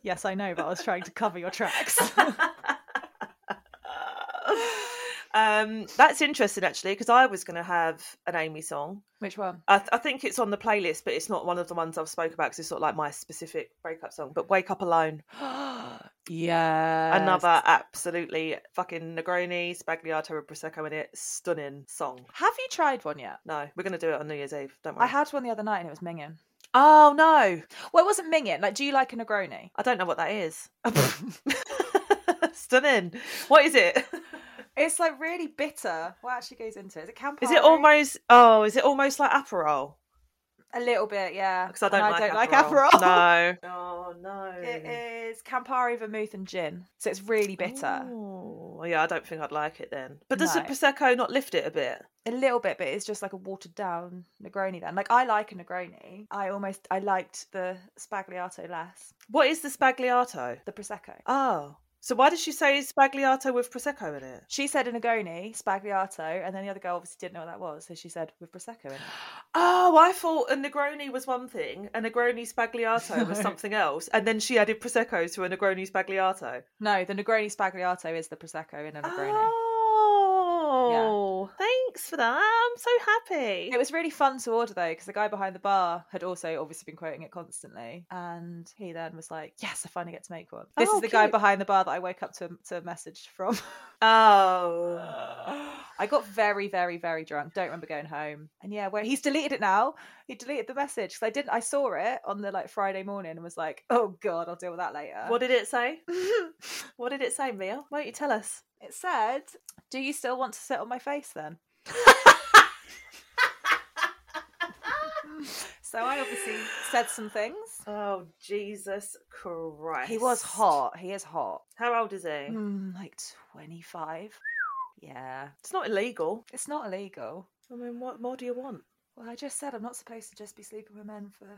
S1: Yes, I know, but I was trying to cover your tracks.
S2: um, that's interesting actually because I was going to have an Amy song.
S1: Which one?
S2: I, th- I think it's on the playlist, but it's not one of the ones I've spoke about because it's not like my specific breakup song. But "Wake Up Alone,"
S1: yeah.
S2: another absolutely fucking Negroni, Spagliato, and Prosecco in it, stunning song.
S1: Have you tried one yet?
S2: No, we're going to do it on New Year's Eve. Don't worry.
S1: I had one the other night and it was minging.
S2: oh no,
S1: Well, it wasn't minging. Like, do you like a Negroni?
S2: I don't know what that is. stunning. What is it?
S1: It's like really bitter. What actually goes into it? Is it Campari?
S2: Is it almost? Oh, is it almost like Aperol?
S1: a little bit? Yeah.
S2: Because I
S1: And
S2: don't, like,
S1: Aperol.
S2: No. Oh no.
S1: It is Campari, vermouth, and gin. So it's really bitter.
S2: Oh, yeah, I don't think I'd like it then. But does
S1: No.
S2: the prosecco not lift it a bit?
S1: a little bit but it's just like a watered down negroni then like i like a negroni i almost i liked the spagliato less
S2: What is the spagliato?
S1: the prosecco
S2: Oh, So why did she say spagliato with prosecco in it?
S1: She said in a goni, spagliato, and then the other girl obviously didn't know what that was, so she said with prosecco in it.
S2: Oh, I thought a Negroni was one thing, a Negroni spagliato was
S1: No.
S2: something else, and then she added prosecco to a Negroni spagliato.
S1: No, the Negroni spagliato is the prosecco in a Negroni.
S2: Oh, thanks for that. I'm so happy.
S1: It was really fun to order though, because the guy behind the bar had also obviously been quoting it constantly, and he then was like, "Yes, I finally get to make one." This
S2: Oh,
S1: is the guy
S2: cute.
S1: behind the bar that I woke up to a, to a message from.
S2: Oh,
S1: I got very, very, very drunk. Don't remember going home. And yeah, where he's deleted it now. He deleted the message because I didn't. I saw it on the like Friday morning and was like, "Oh God, I'll deal with that later."
S2: what did it say? What did it say, Mia? Why don't you tell us?
S1: it said, "Do you still want to sit on my face then?" So I obviously said some things.
S2: Oh, Jesus Christ.
S1: He was hot. He is hot.
S2: How old is he?
S1: Mm, like 25. Yeah.
S2: It's not illegal.
S1: It's not illegal.
S2: I mean, what more do you want?
S1: Well, I just said I'm not supposed to just be sleeping with men for.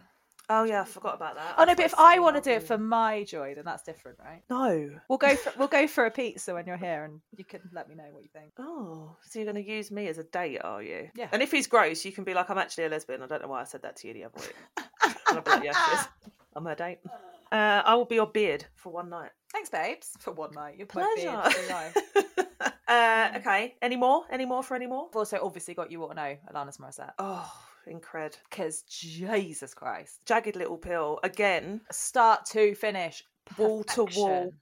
S2: Oh, yeah, I forgot about that.
S1: Oh no, but if I want to do it for
S2: for
S1: my joy, then that's different, right?
S2: No.
S1: We'll go for we'll go for a pizza when you're here, and you can let me know what you think.
S2: Oh, so you're going to use me as a date, are you?
S1: Yeah.
S2: And if he's gross, you can be like, I'm actually a lesbian. I don't know why I said that to you the other week. And I'll be like, yeah, she is. I'm her date. Uh, I will be your beard for one night.
S1: Thanks, babes, for one night. You're my
S2: Pleasure.
S1: beard for life. Mm.
S2: uh, okay. Any more? Any more for any more?
S1: I've also obviously got you all know Alanis Morissette
S2: Oh, incred.
S1: because Jesus Christ,
S2: Jagged Little Pill again.
S1: start to finish,
S2: Wall to wall
S1: perfection.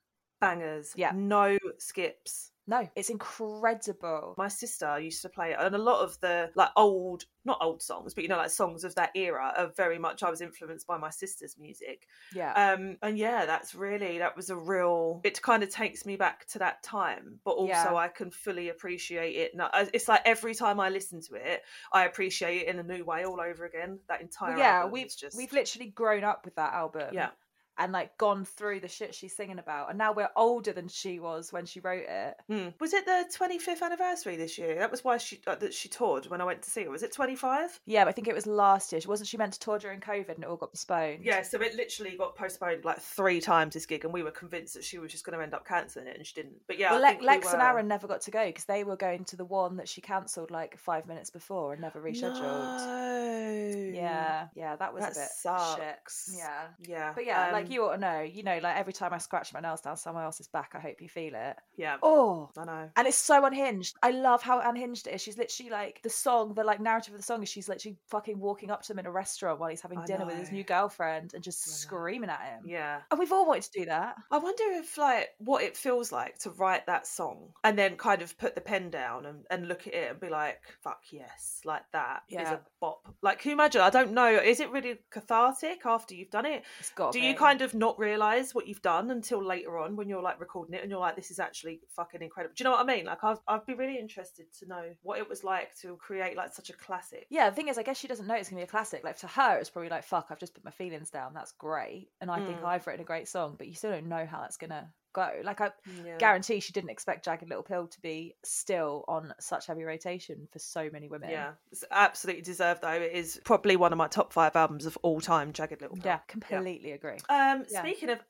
S2: bangers.
S1: Yeah.
S2: No skips.
S1: No, it's incredible.
S2: My sister used to play it, and a lot of the like old, not old songs, but you know, like songs of that era are very much. I was influenced by my sister's music,
S1: Yeah.
S2: um, and yeah, that's really that was a real. It kind of takes me back to that time, but also
S1: Yeah.
S2: I can fully appreciate it. Now I- it's like every time I listen to it, I appreciate it in a new way all over again. That entire
S1: Well, yeah,
S2: album
S1: we've
S2: is just
S1: we've literally grown up with that album.
S2: Yeah.
S1: And like gone through the shit she's singing about, and now we're older than she was when she wrote it.
S2: Hmm. was it the 25th anniversary this year? That was why she uh, that she toured when I went to see her. Was it 25?
S1: Yeah, but I think it was last year. Wasn't she meant to tour during COVID and it all got postponed?
S2: Yeah, so it literally got postponed like three times this gig, and we were convinced that she was just going to end up cancelling it, and she didn't. But yeah,
S1: Well,
S2: I
S1: Le-
S2: think we
S1: Lex and
S2: were-
S1: Aaron never got to go because they were going to the one that she cancelled like five minutes before and never rescheduled.
S2: No.
S1: Yeah, yeah, that was
S2: that
S1: a bit
S2: sucks.
S1: shit. Yeah,
S2: yeah,
S1: but yeah, like
S2: um,
S1: you ought to know. You know, like every time I scratch my nails down someone else's back, I hope you feel it.
S2: Yeah,
S1: Oh,
S2: I know.
S1: and it's so unhinged. I love how unhinged it is. She's literally like the song, the like narrative of the song is she's literally fucking walking up to him in a restaurant while he's having
S2: I
S1: dinner with his
S2: know.
S1: new girlfriend and just
S2: I know.
S1: screaming at him.
S2: Yeah,
S1: And we've all wanted to do that.
S2: I wonder if like what it feels like to write that song and then kind of put the pen down and, and look at it and be like, "Fuck yes," like that is
S1: Yeah.
S2: a bop. Like, can you imagine? I don't know. Is it really cathartic after you've done it?
S1: It's got.
S2: Do you kind of not realize what you've done until later on when you're like recording it and you're like, this is actually fucking incredible? Do you know what I mean? Like, I've, I'd be really interested to know what it was like to create like such a classic.
S1: Yeah, the thing is, I guess she doesn't know it's gonna be a classic. Like to her, it's probably like, "Fuck, I've just put my feelings down. That's great, and I think
S2: Mm.
S1: I've written a great song." But you still don't know how it's gonna go. Like I
S2: Yeah.
S1: guarantee, she didn't expect "Jagged Little Pill" to be still on such heavy rotation for so many women.
S2: Yeah, it's absolutely deserved though. It is probably one of my top five albums of all time, Jagged Little Pill.
S1: yeah, completely agree.
S2: Um,
S1: Yeah.
S2: Speaking of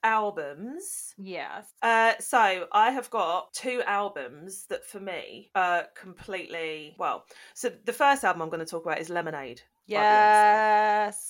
S2: albums,
S1: Yes.
S2: Uh, so I have got two albums that for me are completely well. So the first album I'm going to talk about is Lemonade. by Beyonce.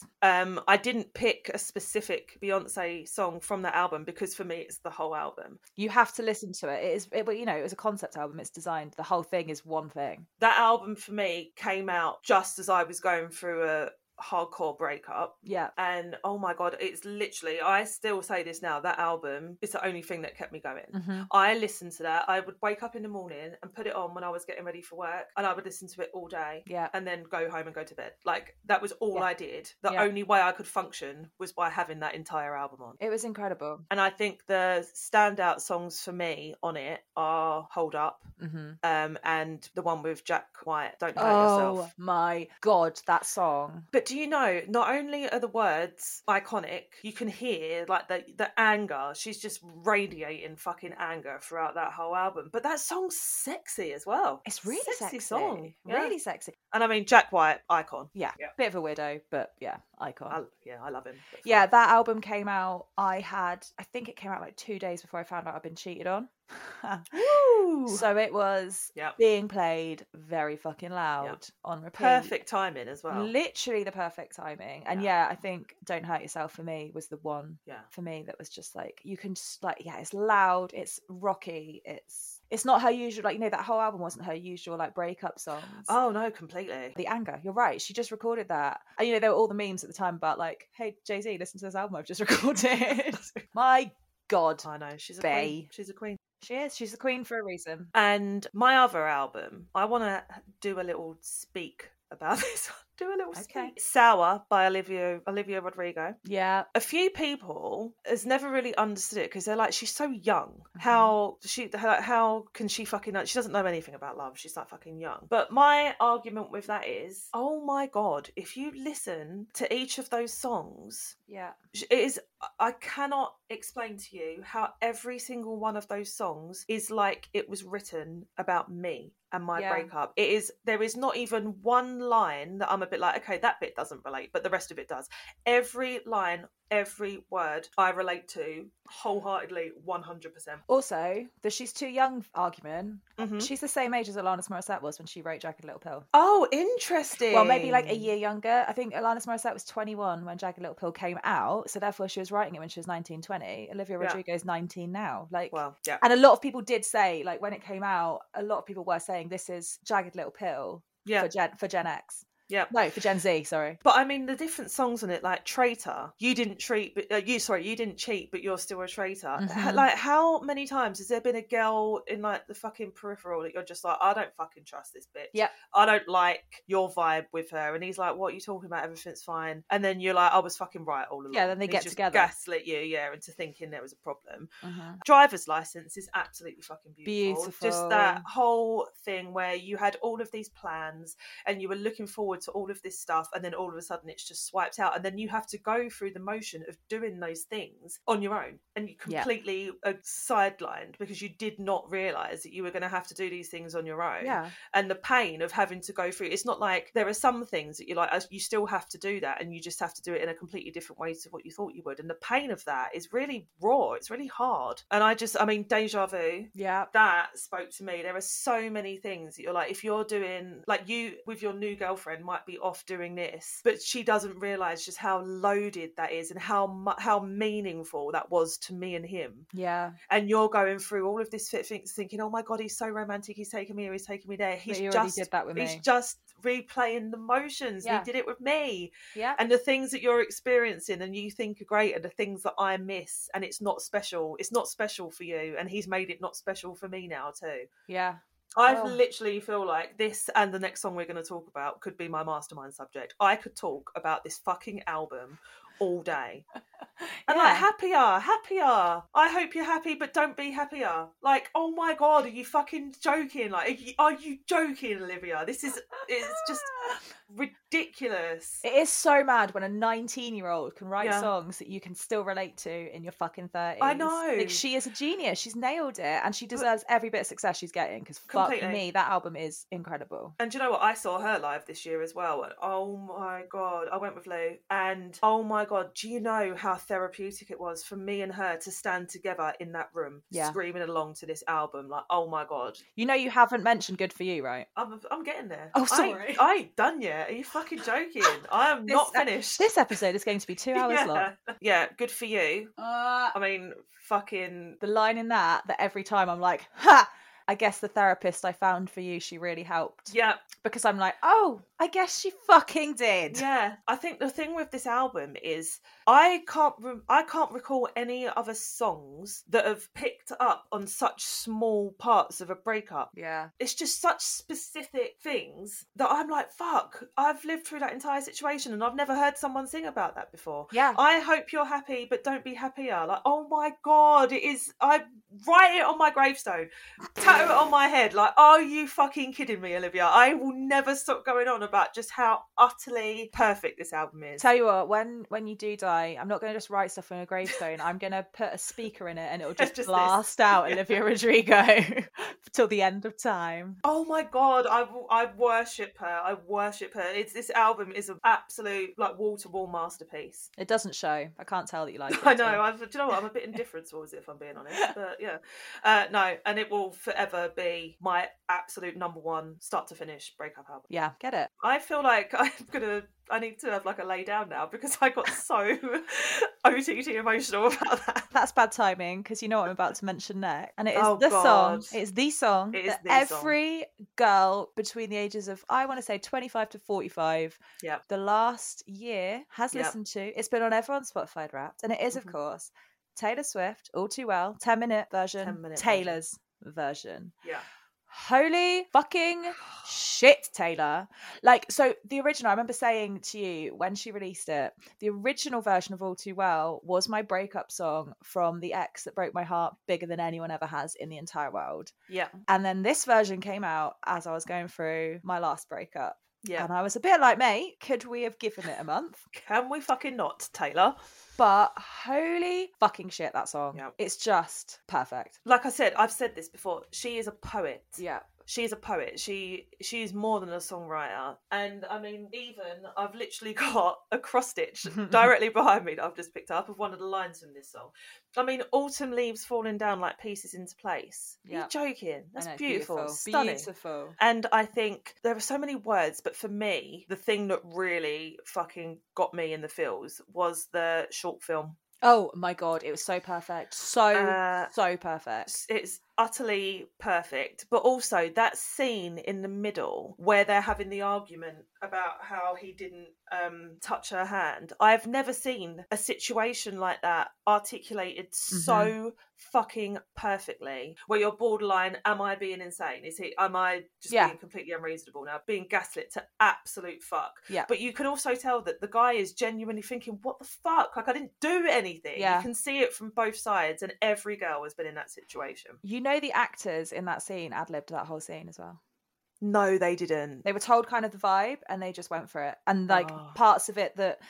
S1: Yes.
S2: Um, I didn't pick a specific Beyonce song from that album because for me it's the whole album.
S1: You have to listen to it. It is, it, well, you know, it was a concept album. It's designed. The whole thing is one thing.
S2: That album for me came out just as I was going through a hardcore breakup.
S1: Yeah.
S2: And oh my god, it's literally, I still say this now, that album is the only thing that kept me going.
S1: Mm-hmm.
S2: I listened to that. I would wake up in the morning and put it on when I was getting ready for work, and I would listen to it all day
S1: Yeah.
S2: and then go home and go to bed. Like, that was all
S1: Yeah.
S2: I did. The
S1: Yeah.
S2: only way I could function was by having that entire album on.
S1: It was incredible.
S2: And I think the standout songs for me on it are Hold Up
S1: Mm-hmm.
S2: um, and the one with Jack White, Don't Hurt
S1: Oh
S2: Yourself.
S1: my god, that song.
S2: But do you know? Not only are the words iconic, you can hear like the the anger. She's just radiating fucking anger throughout that whole album. But that song's sexy as well.
S1: It's really sexy,
S2: song. yeah.
S1: Really sexy.
S2: And I mean, Jack White icon.
S1: Yeah.
S2: Yeah.
S1: Bit of a widow, but yeah, icon.
S2: I, yeah, I love him. That's
S1: yeah, that album came out. I had, I think it came out like two days before I found out I'd been cheated on.
S2: fine. Woo!
S1: so it was
S2: Yep.
S1: being played very fucking loud on repeat.
S2: perfect timing as well.
S1: Literally the perfect timing. And yeah. I think Don't Hurt Yourself for me was the one
S2: Yeah.
S1: for me that was just like, you can just like, yeah, it's loud, it's rocky, it's. It's not her usual, like you know, that whole album wasn't her usual like breakup songs.
S2: Oh no, completely.
S1: the anger. You're right. She just recorded that. And you know, there were all the memes at the time about like, hey, Jay Z, listen to this album I've just recorded. My God.
S2: I know she's a
S1: Bay.
S2: queen. She's a queen.
S1: She is. She's the queen for a reason.
S2: And my other album, I want to do a little speak about this. one. Do a little
S1: Okay.
S2: speak. Sour by Olivia Olivia Rodrigo.
S1: Yeah.
S2: A few people has never really understood it because they're like, she's so young. How she how, how can she fucking know? She doesn't know anything about love. She's like fucking young. But my argument with that is, oh my god, if you listen to each of those songs,
S1: Yeah.
S2: it is i cannot explain to you how every single one of those songs is like it was written about me and my
S1: Yeah.
S2: breakup it is there is not even one line that i'm a bit like okay that bit doesn't relate but the rest of it does every line every word i relate to wholeheartedly 100% percent
S1: Also, the she's too young argument.
S2: Hmm?
S1: She's the same age as Alanis Morissette was when she wrote Jagged Little Pill.
S2: oh interesting
S1: Well, maybe like a year younger. I think Alanis Morissette was 21 when Jagged Little Pill came out. So therefore, she was writing it when she was 19, 20. Olivia
S2: Yeah.
S1: Rodrigo's 19 now. Like,
S2: well yeah
S1: And a lot of people did say, like when it came out, a lot of people were saying this is jagged little pill
S2: yeah
S1: for Gen for Gen X.
S2: yeah
S1: No, for Gen Z. Sorry.
S2: But I mean, the different songs on it, like "Traitor," you didn't treat, but, uh, you sorry, you didn't cheat, but you're still a traitor. H-
S1: Mhm.
S2: Like, how many times has there been a girl in like the fucking peripheral that you're just like, I don't fucking trust this bitch.
S1: Yep.
S2: I don't like your vibe with her. And he's like, What are you talking about? Everything's fine. And then you're like, I was fucking right all along.
S1: Yeah, then they
S2: He's
S1: get
S2: just
S1: together.
S2: gaslit you, yeah, into thinking there was a problem
S1: Mm-hmm.
S2: driver's license is absolutely fucking beautiful. Just that whole thing where you had all of these plans and you were looking forward to all of this stuff, and then all of a sudden it's just swiped out, and then you have to go through the motion of doing those things on your own, and you
S1: Yeah.
S2: completely are sidelined because you did not realize that you were going to have to do these things on your own
S1: Yeah.
S2: and the pain of having to go through it's not like there are some things that you're like "Oh, you still have to do that and you just have to do it in a completely different way to what you thought you would and the pain of that is really raw it's really hard and i just i mean deja vu
S1: Yeah.
S2: that spoke to me there are so many things that you're like if you're doing like you with your new girlfriend might be off doing this but she doesn't realize just how loaded that is and how mu- how meaningful that was to me and him
S1: Yeah.
S2: and you're going through all of this fit things thinking oh my god he's so romantic he's taking me here he's taking me there
S1: He's
S2: he's
S1: but you already
S2: just
S1: did that with
S2: he's
S1: me.
S2: just replaying the motions
S1: Yeah.
S2: he did it with me
S1: yeah.
S2: and the things that you're experiencing and you think are great are the things that i miss and it's not special it's not special for you and he's made it not special for me now too
S1: Yeah.
S2: i
S1: Oh.
S2: literally feel like this and the next song we're going to talk about could be my mastermind subject i could talk about this fucking album all day and like
S1: Yeah.
S2: happier, happier. I hope you're happy, but don't be happier. Like, oh my god, are you fucking joking? Like, are you, are you joking, Olivia? This is it's just ridiculous.
S1: It is so mad when a 19 year old can write
S2: Yeah.
S1: songs that you can still relate to in your fucking 30s.
S2: know.
S1: Like, she is a genius. She's nailed it and she deserves every bit of success she's getting because fuck
S2: Completely.
S1: me, that album is incredible.
S2: And do you know what? I saw her live this year as well. And oh my god, I went with Lou, and oh my god, do you know how therapeutic it was for me and her to stand together in that room,
S1: Yeah.
S2: screaming along to this album? Like, oh my god,
S1: You know, you haven't mentioned Good For You, right?
S2: I'm, I'm getting there.
S1: Oh,
S2: I-
S1: sorry.
S2: I, ain't done yet. Are you fucking joking? I am
S1: This-
S2: not finished.
S1: This episode is going to be two hours
S2: yeah.
S1: long.
S2: Yeah, good for you.
S1: Uh,
S2: I mean, fucking.
S1: the line in that that every time I'm like, ha, I guess the therapist I found for you, she really helped.
S2: Yeah,
S1: Because I'm like, oh, I guess she fucking did.
S2: yeah. I think the thing with this album is I can't re- I can't recall any other songs that have picked up on such small parts of a breakup.
S1: Yeah.
S2: It's just such specific things that I'm like, fuck. I've lived through that entire situation and I've never heard someone sing about that before.
S1: Yeah.
S2: I hope you're happy, but don't be happier. Like, oh my god, it is. I write it on my gravestone. Ta- hammer on my head. Like, are you fucking kidding me, Olivia? I will never stop going on about just how utterly perfect this album is.
S1: Tell you what, when when you do die, I'm not going to just write stuff on a gravestone. I'm going to put a speaker in it, and it'll just,
S2: Just this.
S1: blast out
S2: Yeah.
S1: Olivia Rodrigo till the end of time.
S2: Oh my god, I, w- I worship her. I worship her. It's this album is an absolute like wall to wall masterpiece.
S1: It doesn't show. I can't tell that you like it.
S2: I
S1: at
S2: know.
S1: all.
S2: I've, do you know what? I'm a bit indifferent towards it if I'm being honest. But yeah, uh, no, and it will forever be my absolute number one start to finish breakup album.
S1: Yeah, get it.
S2: I feel like I'm gonna. I need to have like a lay down now because I got so OTT emotional about that.
S1: That's bad timing because you know what I'm about to mention next. And it is
S2: Oh,
S1: the
S2: God.
S1: song. It's the song
S2: It is
S1: that
S2: the song.
S1: every girl between the ages of, I want to say 25 to 45,
S2: Yep.
S1: the last year has
S2: Yep.
S1: listened to. It's been on everyone's Spotify wrapped. And it is, of
S2: Mhm.
S1: course, Taylor Swift, All Too Well, 10 minute version,
S2: 10 minute version.
S1: Taylor's version.
S2: Yeah.
S1: Holy fucking shit, Taylor. Like, so the original, I remember saying to you when she released it, the original version of All Too Well was my breakup song from the ex that broke my heart bigger than anyone ever has in the entire world.
S2: Yeah.
S1: And then this version came out as I was going through my last breakup.
S2: Yeah.
S1: And I was a bit like, mate, could we have given it a month?
S2: Can we fucking not, Taylor?
S1: But holy fucking shit, that song.
S2: Yep.
S1: It's just perfect.
S2: Like I said, I've said this before. She is a poet.
S1: Yeah.
S2: She is a poet. She she is more than a songwriter. And I mean, even I've literally got a cross stitch directly behind me that I've just picked up of one of the lines from this song. I mean, autumn leaves falling down like pieces into place.
S1: Yeah.
S2: Are you joking? That's
S1: I know,
S2: beautiful.
S1: Beautiful.
S2: Stunning.
S1: Beautiful.
S2: And I think there are so many words, but for me, the thing that really fucking got me in the feels was the short film.
S1: Oh my god, it was so perfect. So
S2: Uh,
S1: so perfect.
S2: It's- It's utterly perfect, but also that scene in the middle where they're having the argument about how he didn't um, touch her hand. I've never seen a situation like that articulated so fucking perfectly. Where you're borderline, am I being insane? Is he? Am I just
S1: Yeah.
S2: being completely unreasonable now? Being gaslit to absolute fuck.
S1: Yeah.
S2: But you can also tell that the guy is genuinely thinking, what the fuck? Like, I didn't do anything.
S1: Yeah.
S2: You can see it from both sides, and every girl has been in that situation.
S1: You know the actors in that scene ad libbed that whole scene as well.
S2: No, they didn't.
S1: They were told kind of the vibe and they just went for it. And like
S2: Oh.
S1: parts of it that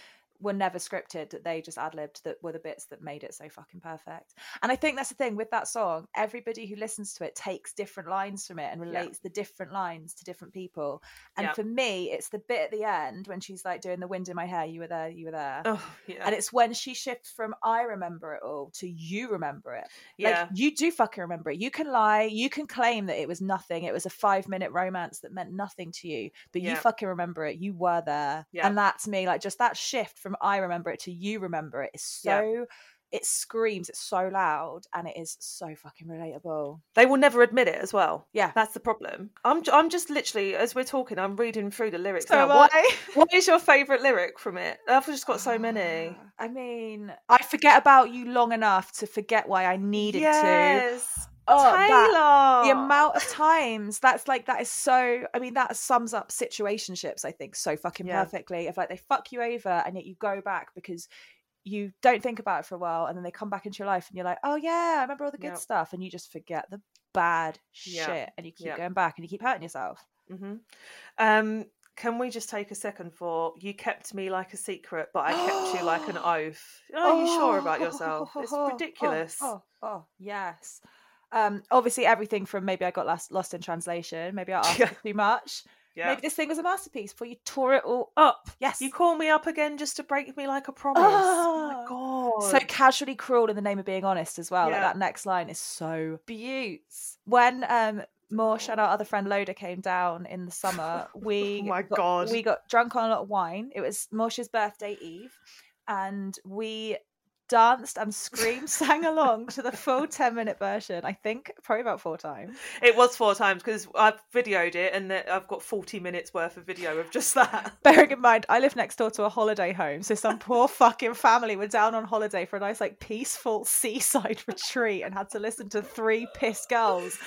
S1: were never scripted that they just ad libbed that were the bits that made it so fucking perfect. And I think that's the thing with that song, everybody who listens to it takes different lines from it and relates the different lines to different people. And
S2: Yeah.
S1: for me, it's the bit at the end when she's like doing the wind in my hair, you were there, you were there.
S2: Oh, yeah.
S1: And it's when she shifts from I remember it all to you remember it. Like,
S2: yeah.
S1: you do fucking remember it. You can lie. You can claim that it was nothing. It was a five minute romance that meant nothing to you, but you
S2: Yeah.
S1: fucking remember it. You were there.
S2: Yeah.
S1: And that to me, like just that shift from I remember it to you remember it is
S2: Yeah.
S1: so, it screams, it's so loud and it is so fucking relatable.
S2: They will never admit it as well.
S1: Yeah.
S2: That's the problem. I'm, j- I'm just literally, as we're talking, I'm reading through the lyrics.
S1: So
S2: now.
S1: am
S2: What,
S1: I.
S2: what is your favourite lyric from it? I've just got so many.
S1: Ah, I mean, I forget about you long enough to forget why I needed to.
S2: yes.
S1: Oh,
S2: Taylor.
S1: that- the
S2: Oh.
S1: amount of times that's like that is so i mean that sums up situationships i think so fucking
S2: Yeah.
S1: perfectly of like they fuck you over and yet you go back because you don't think about it for a while and then they come back into your life and you're like oh yeah i remember all the good
S2: Yep.
S1: stuff and you just forget the bad
S2: Yeah.
S1: shit and you keep
S2: Yeah.
S1: going back and you keep hurting yourself
S2: hmm Um, can we just take a second for you kept me like a secret, but I kept you like an oath? Are you sure about yourself? It's
S1: oh,
S2: ridiculous.
S1: oh, oh, oh, yes um obviously everything from maybe i got lost lost in translation maybe i asked
S2: Yeah.
S1: for too much
S2: Yeah.
S1: oh, maybe this thing was a masterpiece before you tore it all
S2: Up.
S1: yes
S2: You call me up again just to break me like a promise. Oh my
S1: Ah! so
S2: god.
S1: casually cruel in the name of being honest as well. Like
S2: Yeah.
S1: that next line is so beauts. When um Morsh and our other friend Loda came down in the summer, we
S2: Oh my
S1: got,
S2: God.
S1: we got drunk on a lot of wine. It was Morsh's birthday eve, and we danced and screamed, sang along to the full ten minute version. I think probably about four times.
S2: it was four times because I've videoed it and then I've got 40 minutes worth of video of just that.
S1: Bearing in mind, I live next door to a holiday home, so some poor fucking family were down on holiday for a nice, like, peaceful seaside retreat and had to listen to three pissed girls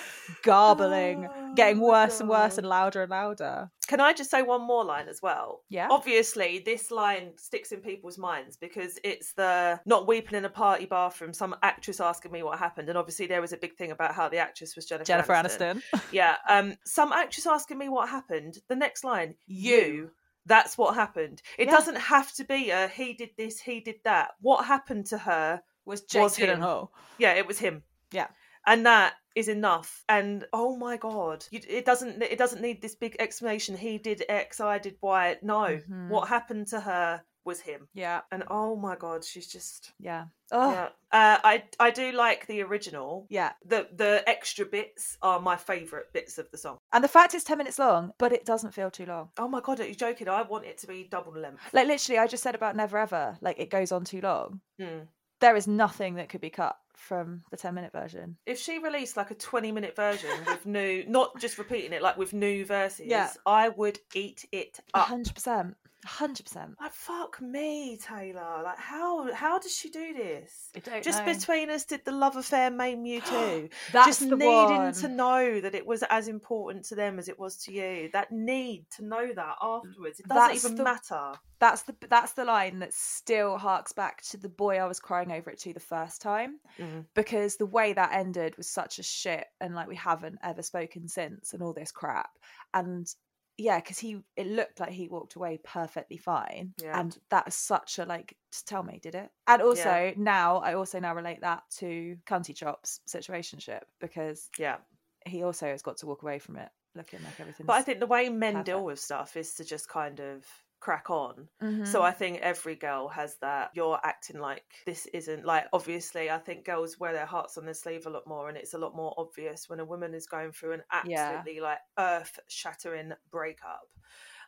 S1: garbling,
S2: Oh
S1: getting Oh
S2: my
S1: worse and worse
S2: God.
S1: and louder Oh, and louder.
S2: Can I just say one more line as well?
S1: Yeah.
S2: Obviously, this line sticks in people's minds because it's the not weeping in a party bar from some actress asking me what happened, and obviously there was a big thing about how the actress was Jennifer.
S1: Jennifer Aniston.
S2: Yeah. Um. Some actress asking me what happened. The next line, you. That's what happened. It
S1: Yeah.
S2: doesn't have to be a he did this, he did that. What happened to her
S1: was Jake
S2: Was him.
S1: Gyllenhaal.
S2: yeah, it was him.
S1: Yeah.
S2: And that is enough. And oh my god, you, it doesn't it doesn't need this big explanation. He did X, I did Y. No,
S1: Mhm.
S2: what happened to her was him.
S1: Yeah,
S2: And oh my god, she's just.
S1: yeah. Oh, yeah.
S2: Yeah. Uh, I I do like the original. The the extra bits are my favourite bits of the song.
S1: And the fact it's ten minutes long, but it doesn't feel too long.
S2: Oh my god, are you joking? I want it to be double length.
S1: Like literally, I just said about Never Ever. Like it goes on too long.
S2: Mm.
S1: There is nothing that could be cut from the ten minute version.
S2: If she released like a twenty minute version with new, not just repeating it, like with new verses,
S1: Yeah.
S2: I would eat it up.
S1: hundred percent, hundred percent.
S2: Like fuck me, Taylor. Like how how does she do this?
S1: I don't
S2: Just between us, did the love affair maim you too?
S1: That's
S2: Just
S1: the
S2: needing
S1: one.
S2: to know that it was as important to them as it was to you. That need to know that afterwards. It doesn't
S1: Mm, That's
S2: even
S1: the-
S2: matter.
S1: That's the that's the line that still harks back to the boy I was crying over it to the first time
S2: Mhm.
S1: because the way that ended was such a shit and like we haven't ever spoken since and all this crap and yeah because he it looked like he walked away perfectly fine
S2: Yeah.
S1: and that was such a like just tell me did it and also now I also now relate that to cunty chops situationship because
S2: Yeah.
S1: he also has got to walk away from it looking like everything
S2: But I think the way men deal
S1: perfect.
S2: with stuff is to just kind of crack on.
S1: Mm-hmm.
S2: So I think every girl has that. You're acting like this isn't like obviously. I think girls wear their hearts on their sleeve a lot more, and it's a lot more obvious when a woman is going through an
S1: Yeah.
S2: absolutely like earth-shattering breakup.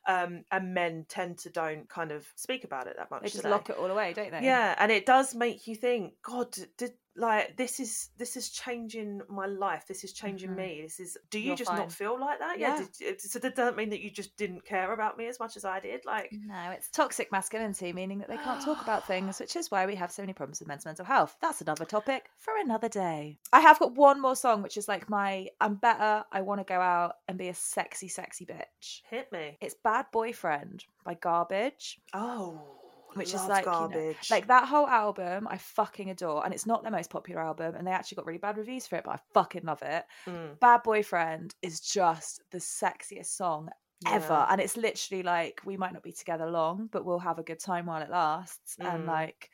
S2: Um, and men tend to don't kind of speak about it that much.
S1: they
S2: do
S1: just
S2: they?
S1: lock it all away don't they
S2: Yeah, and it does make you think. God, did like this is this is changing my life. This is changing
S1: Mhm.
S2: me. This is. Do you
S1: You're
S2: just
S1: fine.
S2: not feel like that?
S1: Yeah.
S2: Did, uh, so that doesn't mean that you just didn't care about me as much as I did. Like,
S1: No, it's toxic masculinity, meaning that they can't talk about things, which is why we have so many problems with men's mental health. That's another topic for another day. I have got one more song, which is like my I'm better, I want to go out and be a sexy, sexy bitch.
S2: hit me.
S1: It's Bad Boyfriend by Garbage.
S2: Oh,
S1: Which is
S2: love
S1: like, you know,
S2: garbage.
S1: Like that whole album, I fucking adore. And it's not their most popular album, and they actually got really bad reviews for it, but I fucking love it.
S2: Mm,
S1: Bad Boyfriend is just the sexiest song ever
S2: yeah.
S1: and it's literally like we might not be together long but we'll have a good time while it lasts and
S2: Mm.
S1: like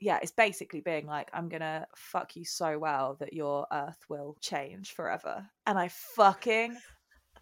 S1: yeah it's basically being like i'm gonna fuck you so well that your earth will change forever and i fucking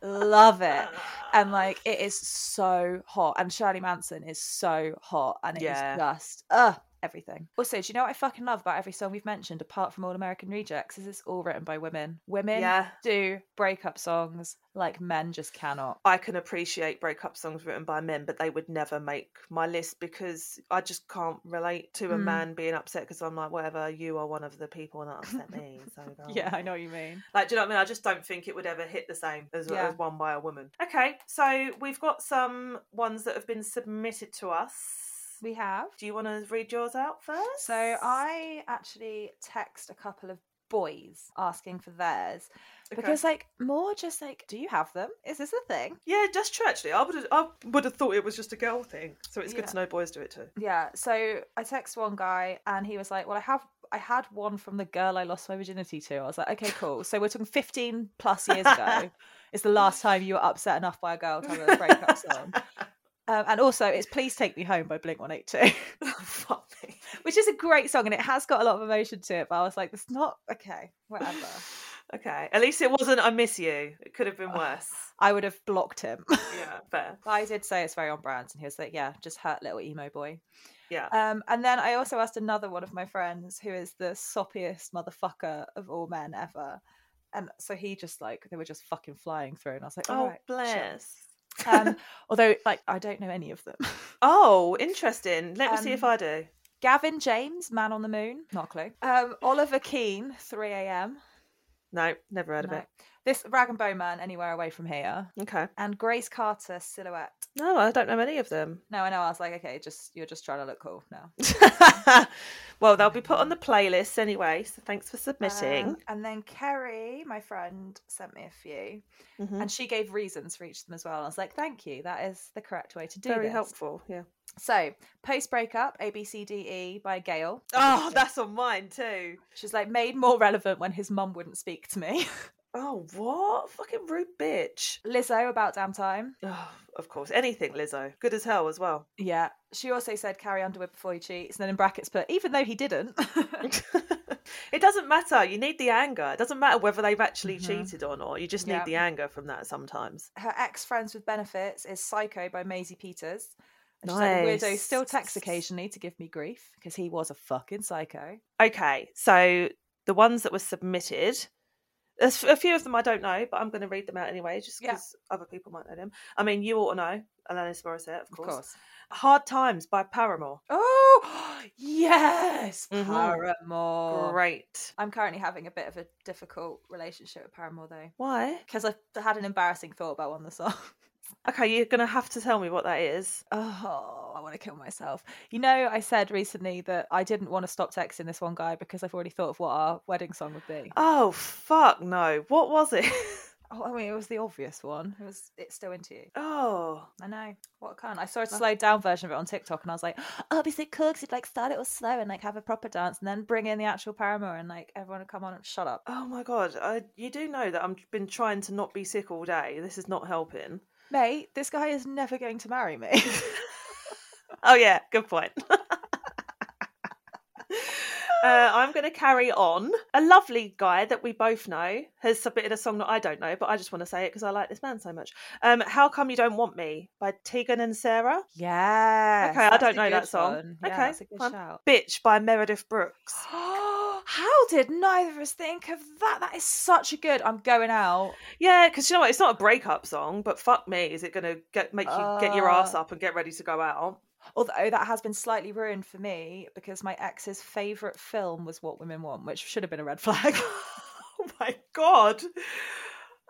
S1: love it and like it is so hot and shirley manson is so hot and it's
S2: Yeah.
S1: just uh everything also do you know what i fucking love about every song we've mentioned apart from all american rejects is it's all written by women women
S2: yeah.
S1: do breakup songs like men just cannot
S2: I can appreciate breakup songs written by men, but they would never make my list because I just can't relate to a
S1: Mm.
S2: man being upset because I'm like, whatever, you are one of the people that upset me. So go on.
S1: Yeah, I know what you mean.
S2: Like, do you know what I mean? I just don't think it would ever hit the same as,
S1: Yeah.
S2: as one by a woman. Okay, so we've got some ones that have been submitted to us.
S1: We have.
S2: Do you want to read yours out first?
S1: So I actually text a couple of boys asking for theirs
S2: Okay.
S1: because, like, more just like, do you have them? Is this a thing?
S2: yeah, that's true. Actually, I would have, I would have thought it was just a girl thing. So it's
S1: Yeah.
S2: good to know boys do it too.
S1: Yeah. So I text one guy and he was like, well, I have. I had one from the girl I lost my virginity to. I was like, okay, cool. So we're talking 15 plus years ago. It's the last time you were upset enough by a girl to have a breakup song. Um, and also, it's Please Take Me Home by Blink 182.
S2: Fuck me.
S1: which is a great song and it has got a lot of emotion to it. But I was like, it's not okay, whatever.
S2: Okay. At least it wasn't I miss you. It could have been
S1: Oh.
S2: worse.
S1: I would have blocked him. but
S2: yeah, fair.
S1: I did say it's very on brand, and he was like, yeah, just hurt little emo boy.
S2: Yeah.
S1: Um, and then I also asked another one of my friends who is the soppiest motherfucker of all men ever. And so he just like they were just fucking flying through, and I was like,
S2: Oh,
S1: "All right, sure."
S2: bless.
S1: Um, although, like, I don't know any of them.
S2: Oh, interesting. Let me see if
S1: Um,
S2: I do.
S1: Gavin James, Man on the Moon, not a clue. Um, Oliver Keane, Three A.M.
S2: No, never heard of
S1: No.
S2: it.
S1: This Rag and Bone Man, Anywhere Away from Here,
S2: Okay.
S1: and Grace Carter, Silhouette.
S2: No, I don't know any of them.
S1: No, I know. I was like, okay, just you're just trying to look cool now.
S2: well, they'll be put on the playlist anyway. So thanks for submitting.
S1: Mm. Um, and then Kerry, my friend, sent me a few,
S2: Mhm.
S1: and she gave reasons for each of them as well. I was like, thank you. That is the correct way to do
S2: Very
S1: this.
S2: helpful. Yeah.
S1: So, post breakup, A B C D E by Gail.
S2: Oh, that's on mine too.
S1: She's like made more relevant when his mum wouldn't speak to me.
S2: Oh, what fucking rude bitch.
S1: Lizzo about damn time.
S2: Oh, of course, anything Lizzo. Good as hell as well.
S1: Yeah. She also said carry Underwood before he cheats, and then in brackets put even though he didn't.
S2: it doesn't matter. You need the anger. It doesn't matter whether they've actually
S1: Mhm.
S2: cheated or not. You just need
S1: Yeah.
S2: the anger from that sometimes.
S1: Her ex friends with benefits is Psycho by Maisie Peters. And she's like, the weirdo
S2: Nice.
S1: still texts occasionally to give me grief because he was a fucking psycho.
S2: Okay, so the ones that were submitted, there's a few of them I don't know, but I'm going to read them out anyway, just
S1: Yeah.
S2: because other people might know them. I mean, you ought to know Alanis Morissette, of
S1: Of
S2: course.
S1: course.
S2: Hard Times by Paramore.
S1: Oh yes,
S2: Mhm.
S1: Paramore.
S2: Great.
S1: I'm currently having a bit of a difficult relationship with Paramore though.
S2: Why?
S1: Because I've had an embarrassing thought about one of the songs.
S2: Okay, you're going to have to tell me what that is.
S1: Oh, I want to kill myself. You know, I said recently that I didn't want to stop texting this one guy because I've already thought of what our wedding song would be.
S2: Oh, fuck no. What was it?
S1: Oh, I mean, it was the obvious one. It was "It's Still Into You."
S2: oh.
S1: I know what can I saw a slowed down version of it on TikTok, and I was like, "Oh, because it cooks, it'd like start it all slow and like have a proper dance, and then bring in the actual Paramore, and like everyone would come on and shut up."
S2: Oh my god, I, you do know that I've been trying to not be sick all day. This is not helping.
S1: Mate, this guy is never going to marry me.
S2: Oh yeah, good point. uh, I'm going to carry on. A lovely guy that we both know has submitted a song that I don't know, but I just want to say it because I like this man so much. Um, How Come You Don't Want Me by Tegan and Sarah.
S1: yeah.
S2: Okay, I don't know that song. Okay,
S1: that's a good
S2: fine.
S1: shout.
S2: Bitch by Meredith Brooks.
S1: How did neither of us think of that? That is such a good. I'm going out.
S2: Yeah, because you know what? It's not a breakup song, but fuck me, is it going to get make you get your
S1: Uh.
S2: ass up and get ready to go out?
S1: Although that has been slightly ruined for me because my ex's favourite film was What Women Want, which should have been a red flag.
S2: Oh my god.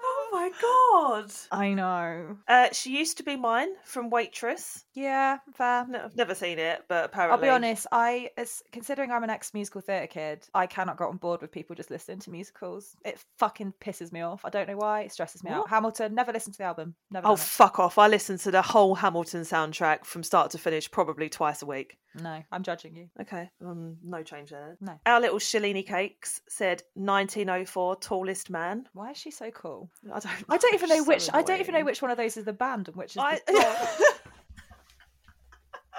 S2: Oh my god.
S1: I know.
S2: Uh, she used to be mine from Waitress.
S1: Yeah, fair.
S2: No, I've never seen it, but apparently.
S1: I'll be honest. I, as considering I'm an ex musical theatre kid, I cannot get on board with people just listening to musicals. It fucking pisses me off. I don't know why. It stresses me out.
S2: What?
S1: Hamilton. Never listened to the album. Never.
S2: Oh,
S1: done
S2: fuck off. I listen to the whole Hamilton soundtrack from start to finish probably twice a week.
S1: it. no, I'm judging you.
S2: Okay. Um, no change there.
S1: No.
S2: Our little Shalini Cakes said 1904 Tallest Man.
S1: Why is she so cool?
S2: I don't
S1: I don't even know
S2: she's so
S1: which. I don't even know
S2: annoying.
S1: which one of those is the band and which is.
S2: I,
S1: the song.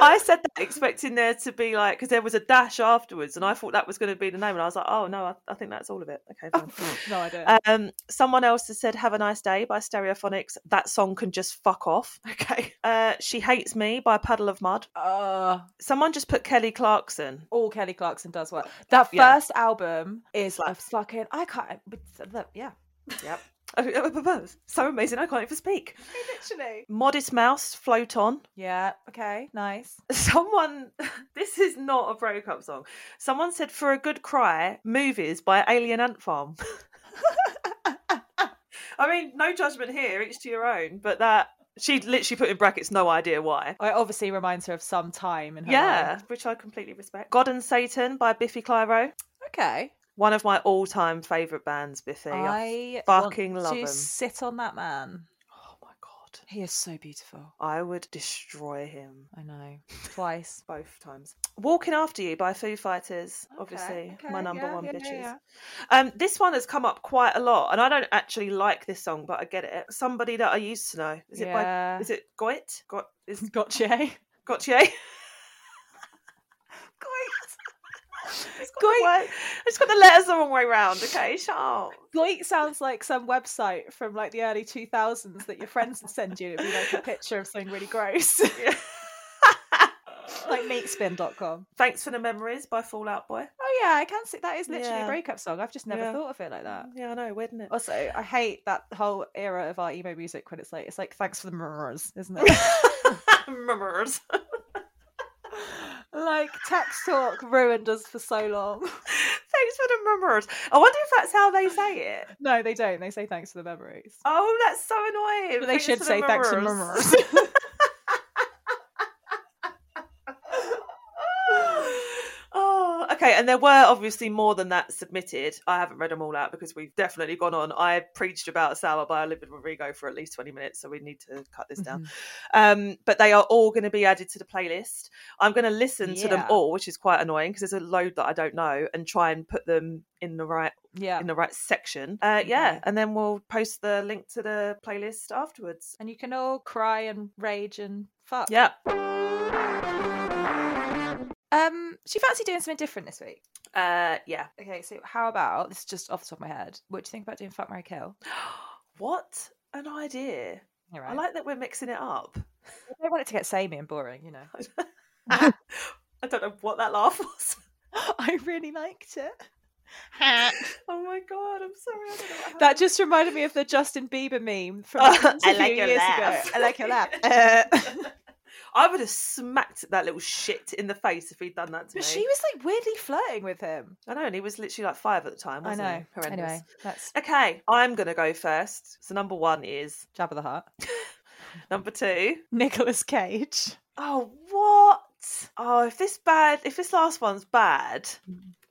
S2: I said that expecting there to be like, because there was a dash afterwards, and I thought that was going to be the name, and I was like, oh, no, I, I think that's all of it. Okay, fine.
S1: no idea.
S2: Um, someone else has said "Have a Nice Day" by Stereophonics. That song can just fuck off. Okay. Uh, she hates me by Puddle of Mud.
S1: Uh,
S2: Someone just put Kelly Clarkson.
S1: all Kelly Clarkson does well. That
S2: Yeah.
S1: first album is a
S2: Slaps.
S1: fucking. I can't. but- but- Yeah,
S2: Yep. so amazing, I can't even speak.
S1: literally.
S2: Modest Mouse, Float On.
S1: Yeah. Okay. Nice.
S2: Someone, this is not a breakup song. Someone said For a Good Cry, Movies by Alien Ant Farm. I mean, no judgment here, each to your own, but that, she literally put in brackets, no idea why.
S1: It obviously reminds her of some time in her
S2: Yeah,
S1: life.
S2: which I completely respect. God and Satan by Biffy Clyro.
S1: Okay.
S2: One of my all-time favourite bands, Biffy.
S1: I
S2: fucking
S1: want
S2: love
S1: to
S2: him.
S1: sit on that man.
S2: Oh my god.
S1: He is so beautiful.
S2: I would destroy him
S1: I know. Twice.
S2: both times. Walking After You by Foo Fighters, obviously
S1: okay,
S2: my number
S1: yeah,
S2: one
S1: yeah, yeah,
S2: bitches.
S1: yeah.
S2: Um, this one has come up quite a lot, and I don't actually like this song, but I get it. Somebody that I used to know. Is it by?
S1: yeah.
S2: Is it Goit? Got is
S1: Gotcha. Goit.
S2: Gotye? It's got the
S1: Goit.
S2: word- It's got the letters the wrong way round. Okay, shut up.
S1: Goit sounds like some website from like the early 2000s that your friends would send you. and It'd be like a picture of something really gross,
S2: Yeah.
S1: like meatspin.com.
S2: Thanks for the Memories by Fallout Boy.
S1: Oh yeah, I can see that is literally
S2: Yeah.
S1: a breakup song. I've just never
S2: Yeah.
S1: thought of it like that.
S2: Yeah, I know, weird, isn't it?
S1: Also, I hate that whole era of our emo music when it's like it's like thanks for the murmurs, isn't it?
S2: Memories.
S1: like text talk ruined us for so long.
S2: Thanks for the memories. I wonder if that's how they say it.
S1: No, they don't. They say thanks for the memories.
S2: Oh, that's so annoying.
S1: But they
S2: Thanks
S1: should
S2: for the
S1: say thanks for the
S2: memories.
S1: memories.
S2: oh, okay. And there were obviously more than that submitted. I haven't read them all out because we've definitely gone on. I preached about Sour by Olivia Rodrigo for at least 20 minutes, so we need to cut this
S1: Mm-hmm.
S2: down. Um, but they are all going to be added to the playlist. I'm going to listen to them
S1: Yeah.
S2: all, which is quite annoying because there's a load that I don't know, and try and put them in the right
S1: Yeah. Mm-hmm.
S2: in the right section. Uh, yeah,
S1: Okay.
S2: and then we'll post the link to the playlist afterwards.
S1: And you can all cry and rage and fuck.
S2: Yeah.
S1: Um, so you fancy doing something different this week?
S2: Uh, yeah.
S1: Okay, so how about this is just off the top of my head. What do you think about doing fuck Mary Kill?
S2: What an idea!
S1: All
S2: I
S1: right.
S2: like that we're mixing it up.
S1: I don't want it to get samey and boring, you know.
S2: I don't know what that laugh was.
S1: I really liked it.
S2: Oh my god, I'm sorry. I don't know what
S1: that just reminded me of the Justin Bieber meme from
S2: happened.
S1: an interview years ago. I like your laugh. Uh,
S2: I would have smacked that little shit in the face if he'd done that
S1: but
S2: to me.
S1: she was like weirdly flirting with him.
S2: I know, and he was literally like five at the time.
S1: I
S2: Wasn't
S1: know.
S2: He? Horrendous.
S1: Anyway, that's
S2: Okay, I'm gonna go first. So number one is
S1: Jabba the Hutt.
S2: number two.
S1: Nicolas Cage.
S2: Oh what? Oh, if this bad, if this last one's bad,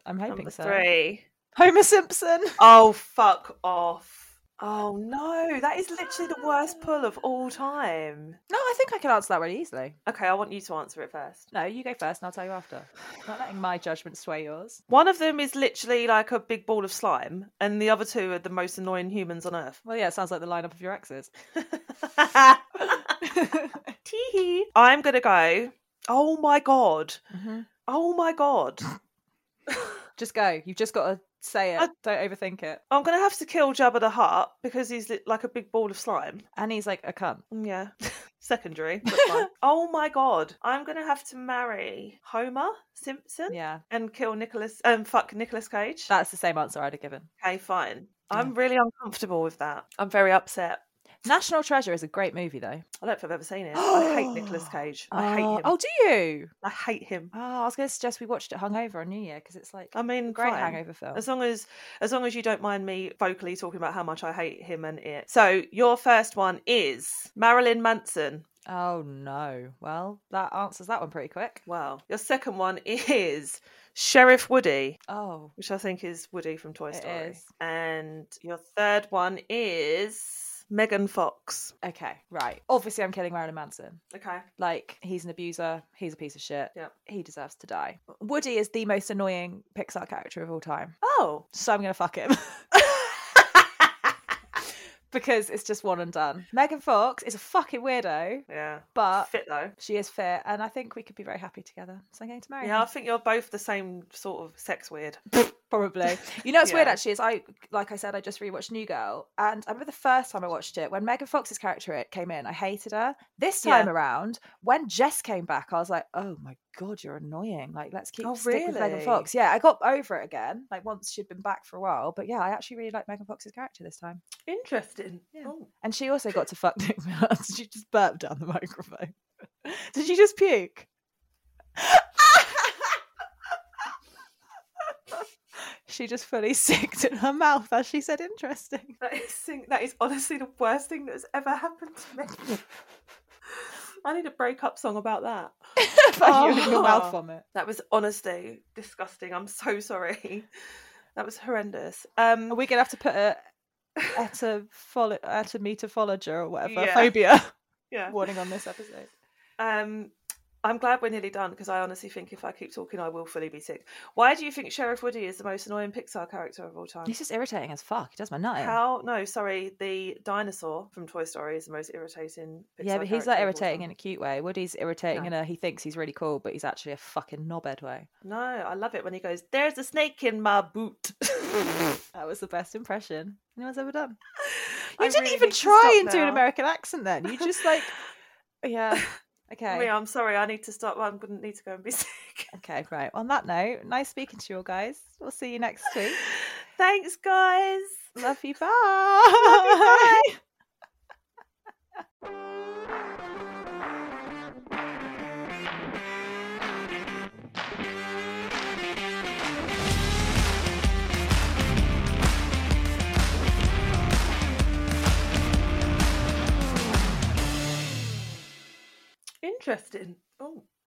S1: I'm hoping
S2: number
S1: so.
S2: three.
S1: Homer Simpson.
S2: Oh fuck off. Oh no, that is literally the worst pull of all time.
S1: No, I think I can answer that really easily.
S2: Okay, I want you to answer it first.
S1: No, you go first and I'll tell you after. Not letting my judgment sway yours.
S2: One of them is literally like a big ball of slime, and the other two are the most annoying humans on earth.
S1: Well, yeah, it sounds like the lineup of your exes. Mm-hmm.
S2: Teehee. I'm gonna go. Oh my god. Oh my god.
S1: Just go. You've just got to say it.
S2: I-
S1: Don't overthink it.
S2: I'm gonna have to kill Jabba the Hutt because he's li- like a big ball of slime.
S1: And he's like a cunt.
S2: Mm, Yeah. Secondary. but fine. oh my god. I'm gonna have to marry Homer Simpson
S1: Yeah,
S2: and kill Nicholas and um, fuck Nicholas Cage.
S1: that's the same answer I'd have given.
S2: Okay, fine. I'm really uncomfortable with that. I'm very upset.
S1: National Treasure is a great movie, though.
S2: I don't know if I've ever seen it. I hate Nicolas Cage. I hate
S1: Oh,
S2: him.
S1: Oh, do you?
S2: I hate him.
S1: Oh, I was going to suggest we watched it hungover on New Year because it's like
S2: I mean,
S1: a great
S2: fine.
S1: hangover film.
S2: As long as, as long as you don't mind me vocally talking about how much I hate him and it. So your first one is Marilyn Manson.
S1: Oh no! Well, that answers that one pretty quick.
S2: Wow. Your second one is Sheriff Woody,
S1: Oh,
S2: which I think is Woody from Toy
S1: It
S2: Story.
S1: is.
S2: And your third one is Megan Fox.
S1: okay, right. Obviously, I'm killing Marilyn Manson.
S2: Okay.
S1: Like he's an abuser. He's a piece of shit.
S2: Yep.
S1: He deserves to die. Woody is the most annoying Pixar character of all time.
S2: Oh.
S1: So I'm gonna fuck him. because it's just one and done. Megan Fox is a fucking weirdo,
S2: yeah.
S1: but
S2: Fit though.
S1: she is fit, and I think we could be very happy together. So I'm going to marry
S2: Yeah, I
S1: her.
S2: think you're both the same sort of sex weird.
S1: Probably. You know what's weird
S2: Yeah.
S1: actually is I like I said, I just rewatched New Girl and I remember the first time I watched it, when Megan Fox's character it came in, I hated her. This
S2: Yeah.
S1: time around, when Jess came back, I was like, Oh my god, you're annoying. Like let's keep
S2: Oh,
S1: stick with Megan
S2: really?
S1: Fox. Yeah, I got over it again, like once she'd been back for a while. But yeah, I actually really like Megan Fox's character this time.
S2: Interesting.
S1: Yeah.
S2: Oh.
S1: And she also got to fuck Nick Miller. she just burped down the microphone. Did you just puke? she just fully sicked in her mouth as she said interesting.
S2: That is thing- that is honestly the worst thing that's ever happened to me. I need a breakup song about that.
S1: By you in your
S2: Oh.
S1: mouth vomit.
S2: That was honestly disgusting. I'm so sorry. That was horrendous. Um
S1: Are we gonna have to put a etafolo- etometophologist or whatever
S2: Yeah.
S1: phobia
S2: yeah.
S1: warning on this episode?
S2: Um I'm glad we're nearly done because I honestly think if I keep talking I will fully be sick. Why do you think Sheriff Woody is the most annoying Pixar character of all time?
S1: He's just irritating as fuck. He does my nut in.
S2: How? No, sorry. The dinosaur from Toy Story is the most irritating. Pixar
S1: yeah, but he's
S2: character
S1: like
S2: of all
S1: irritating
S2: time.
S1: in a cute way. Woody's irritating
S2: No.
S1: in a he thinks he's really cool, but he's actually a fucking knobhead way.
S2: No, I love it when he goes, "There's a snake in my boot."
S1: That was the best impression anyone's ever done. You
S2: I
S1: didn't
S2: really
S1: even
S2: need to
S1: try
S2: stop
S1: and do an
S2: now.
S1: American accent then. You just like, yeah. Okay.
S2: Maria, I'm sorry. I need to stop. I'm going to need to go and be sick.
S1: Okay, right. On that note, nice speaking to you all guys. We'll see you next week.
S2: Thanks, guys.
S1: Love you. Bye.
S2: bye. interesting. Oh,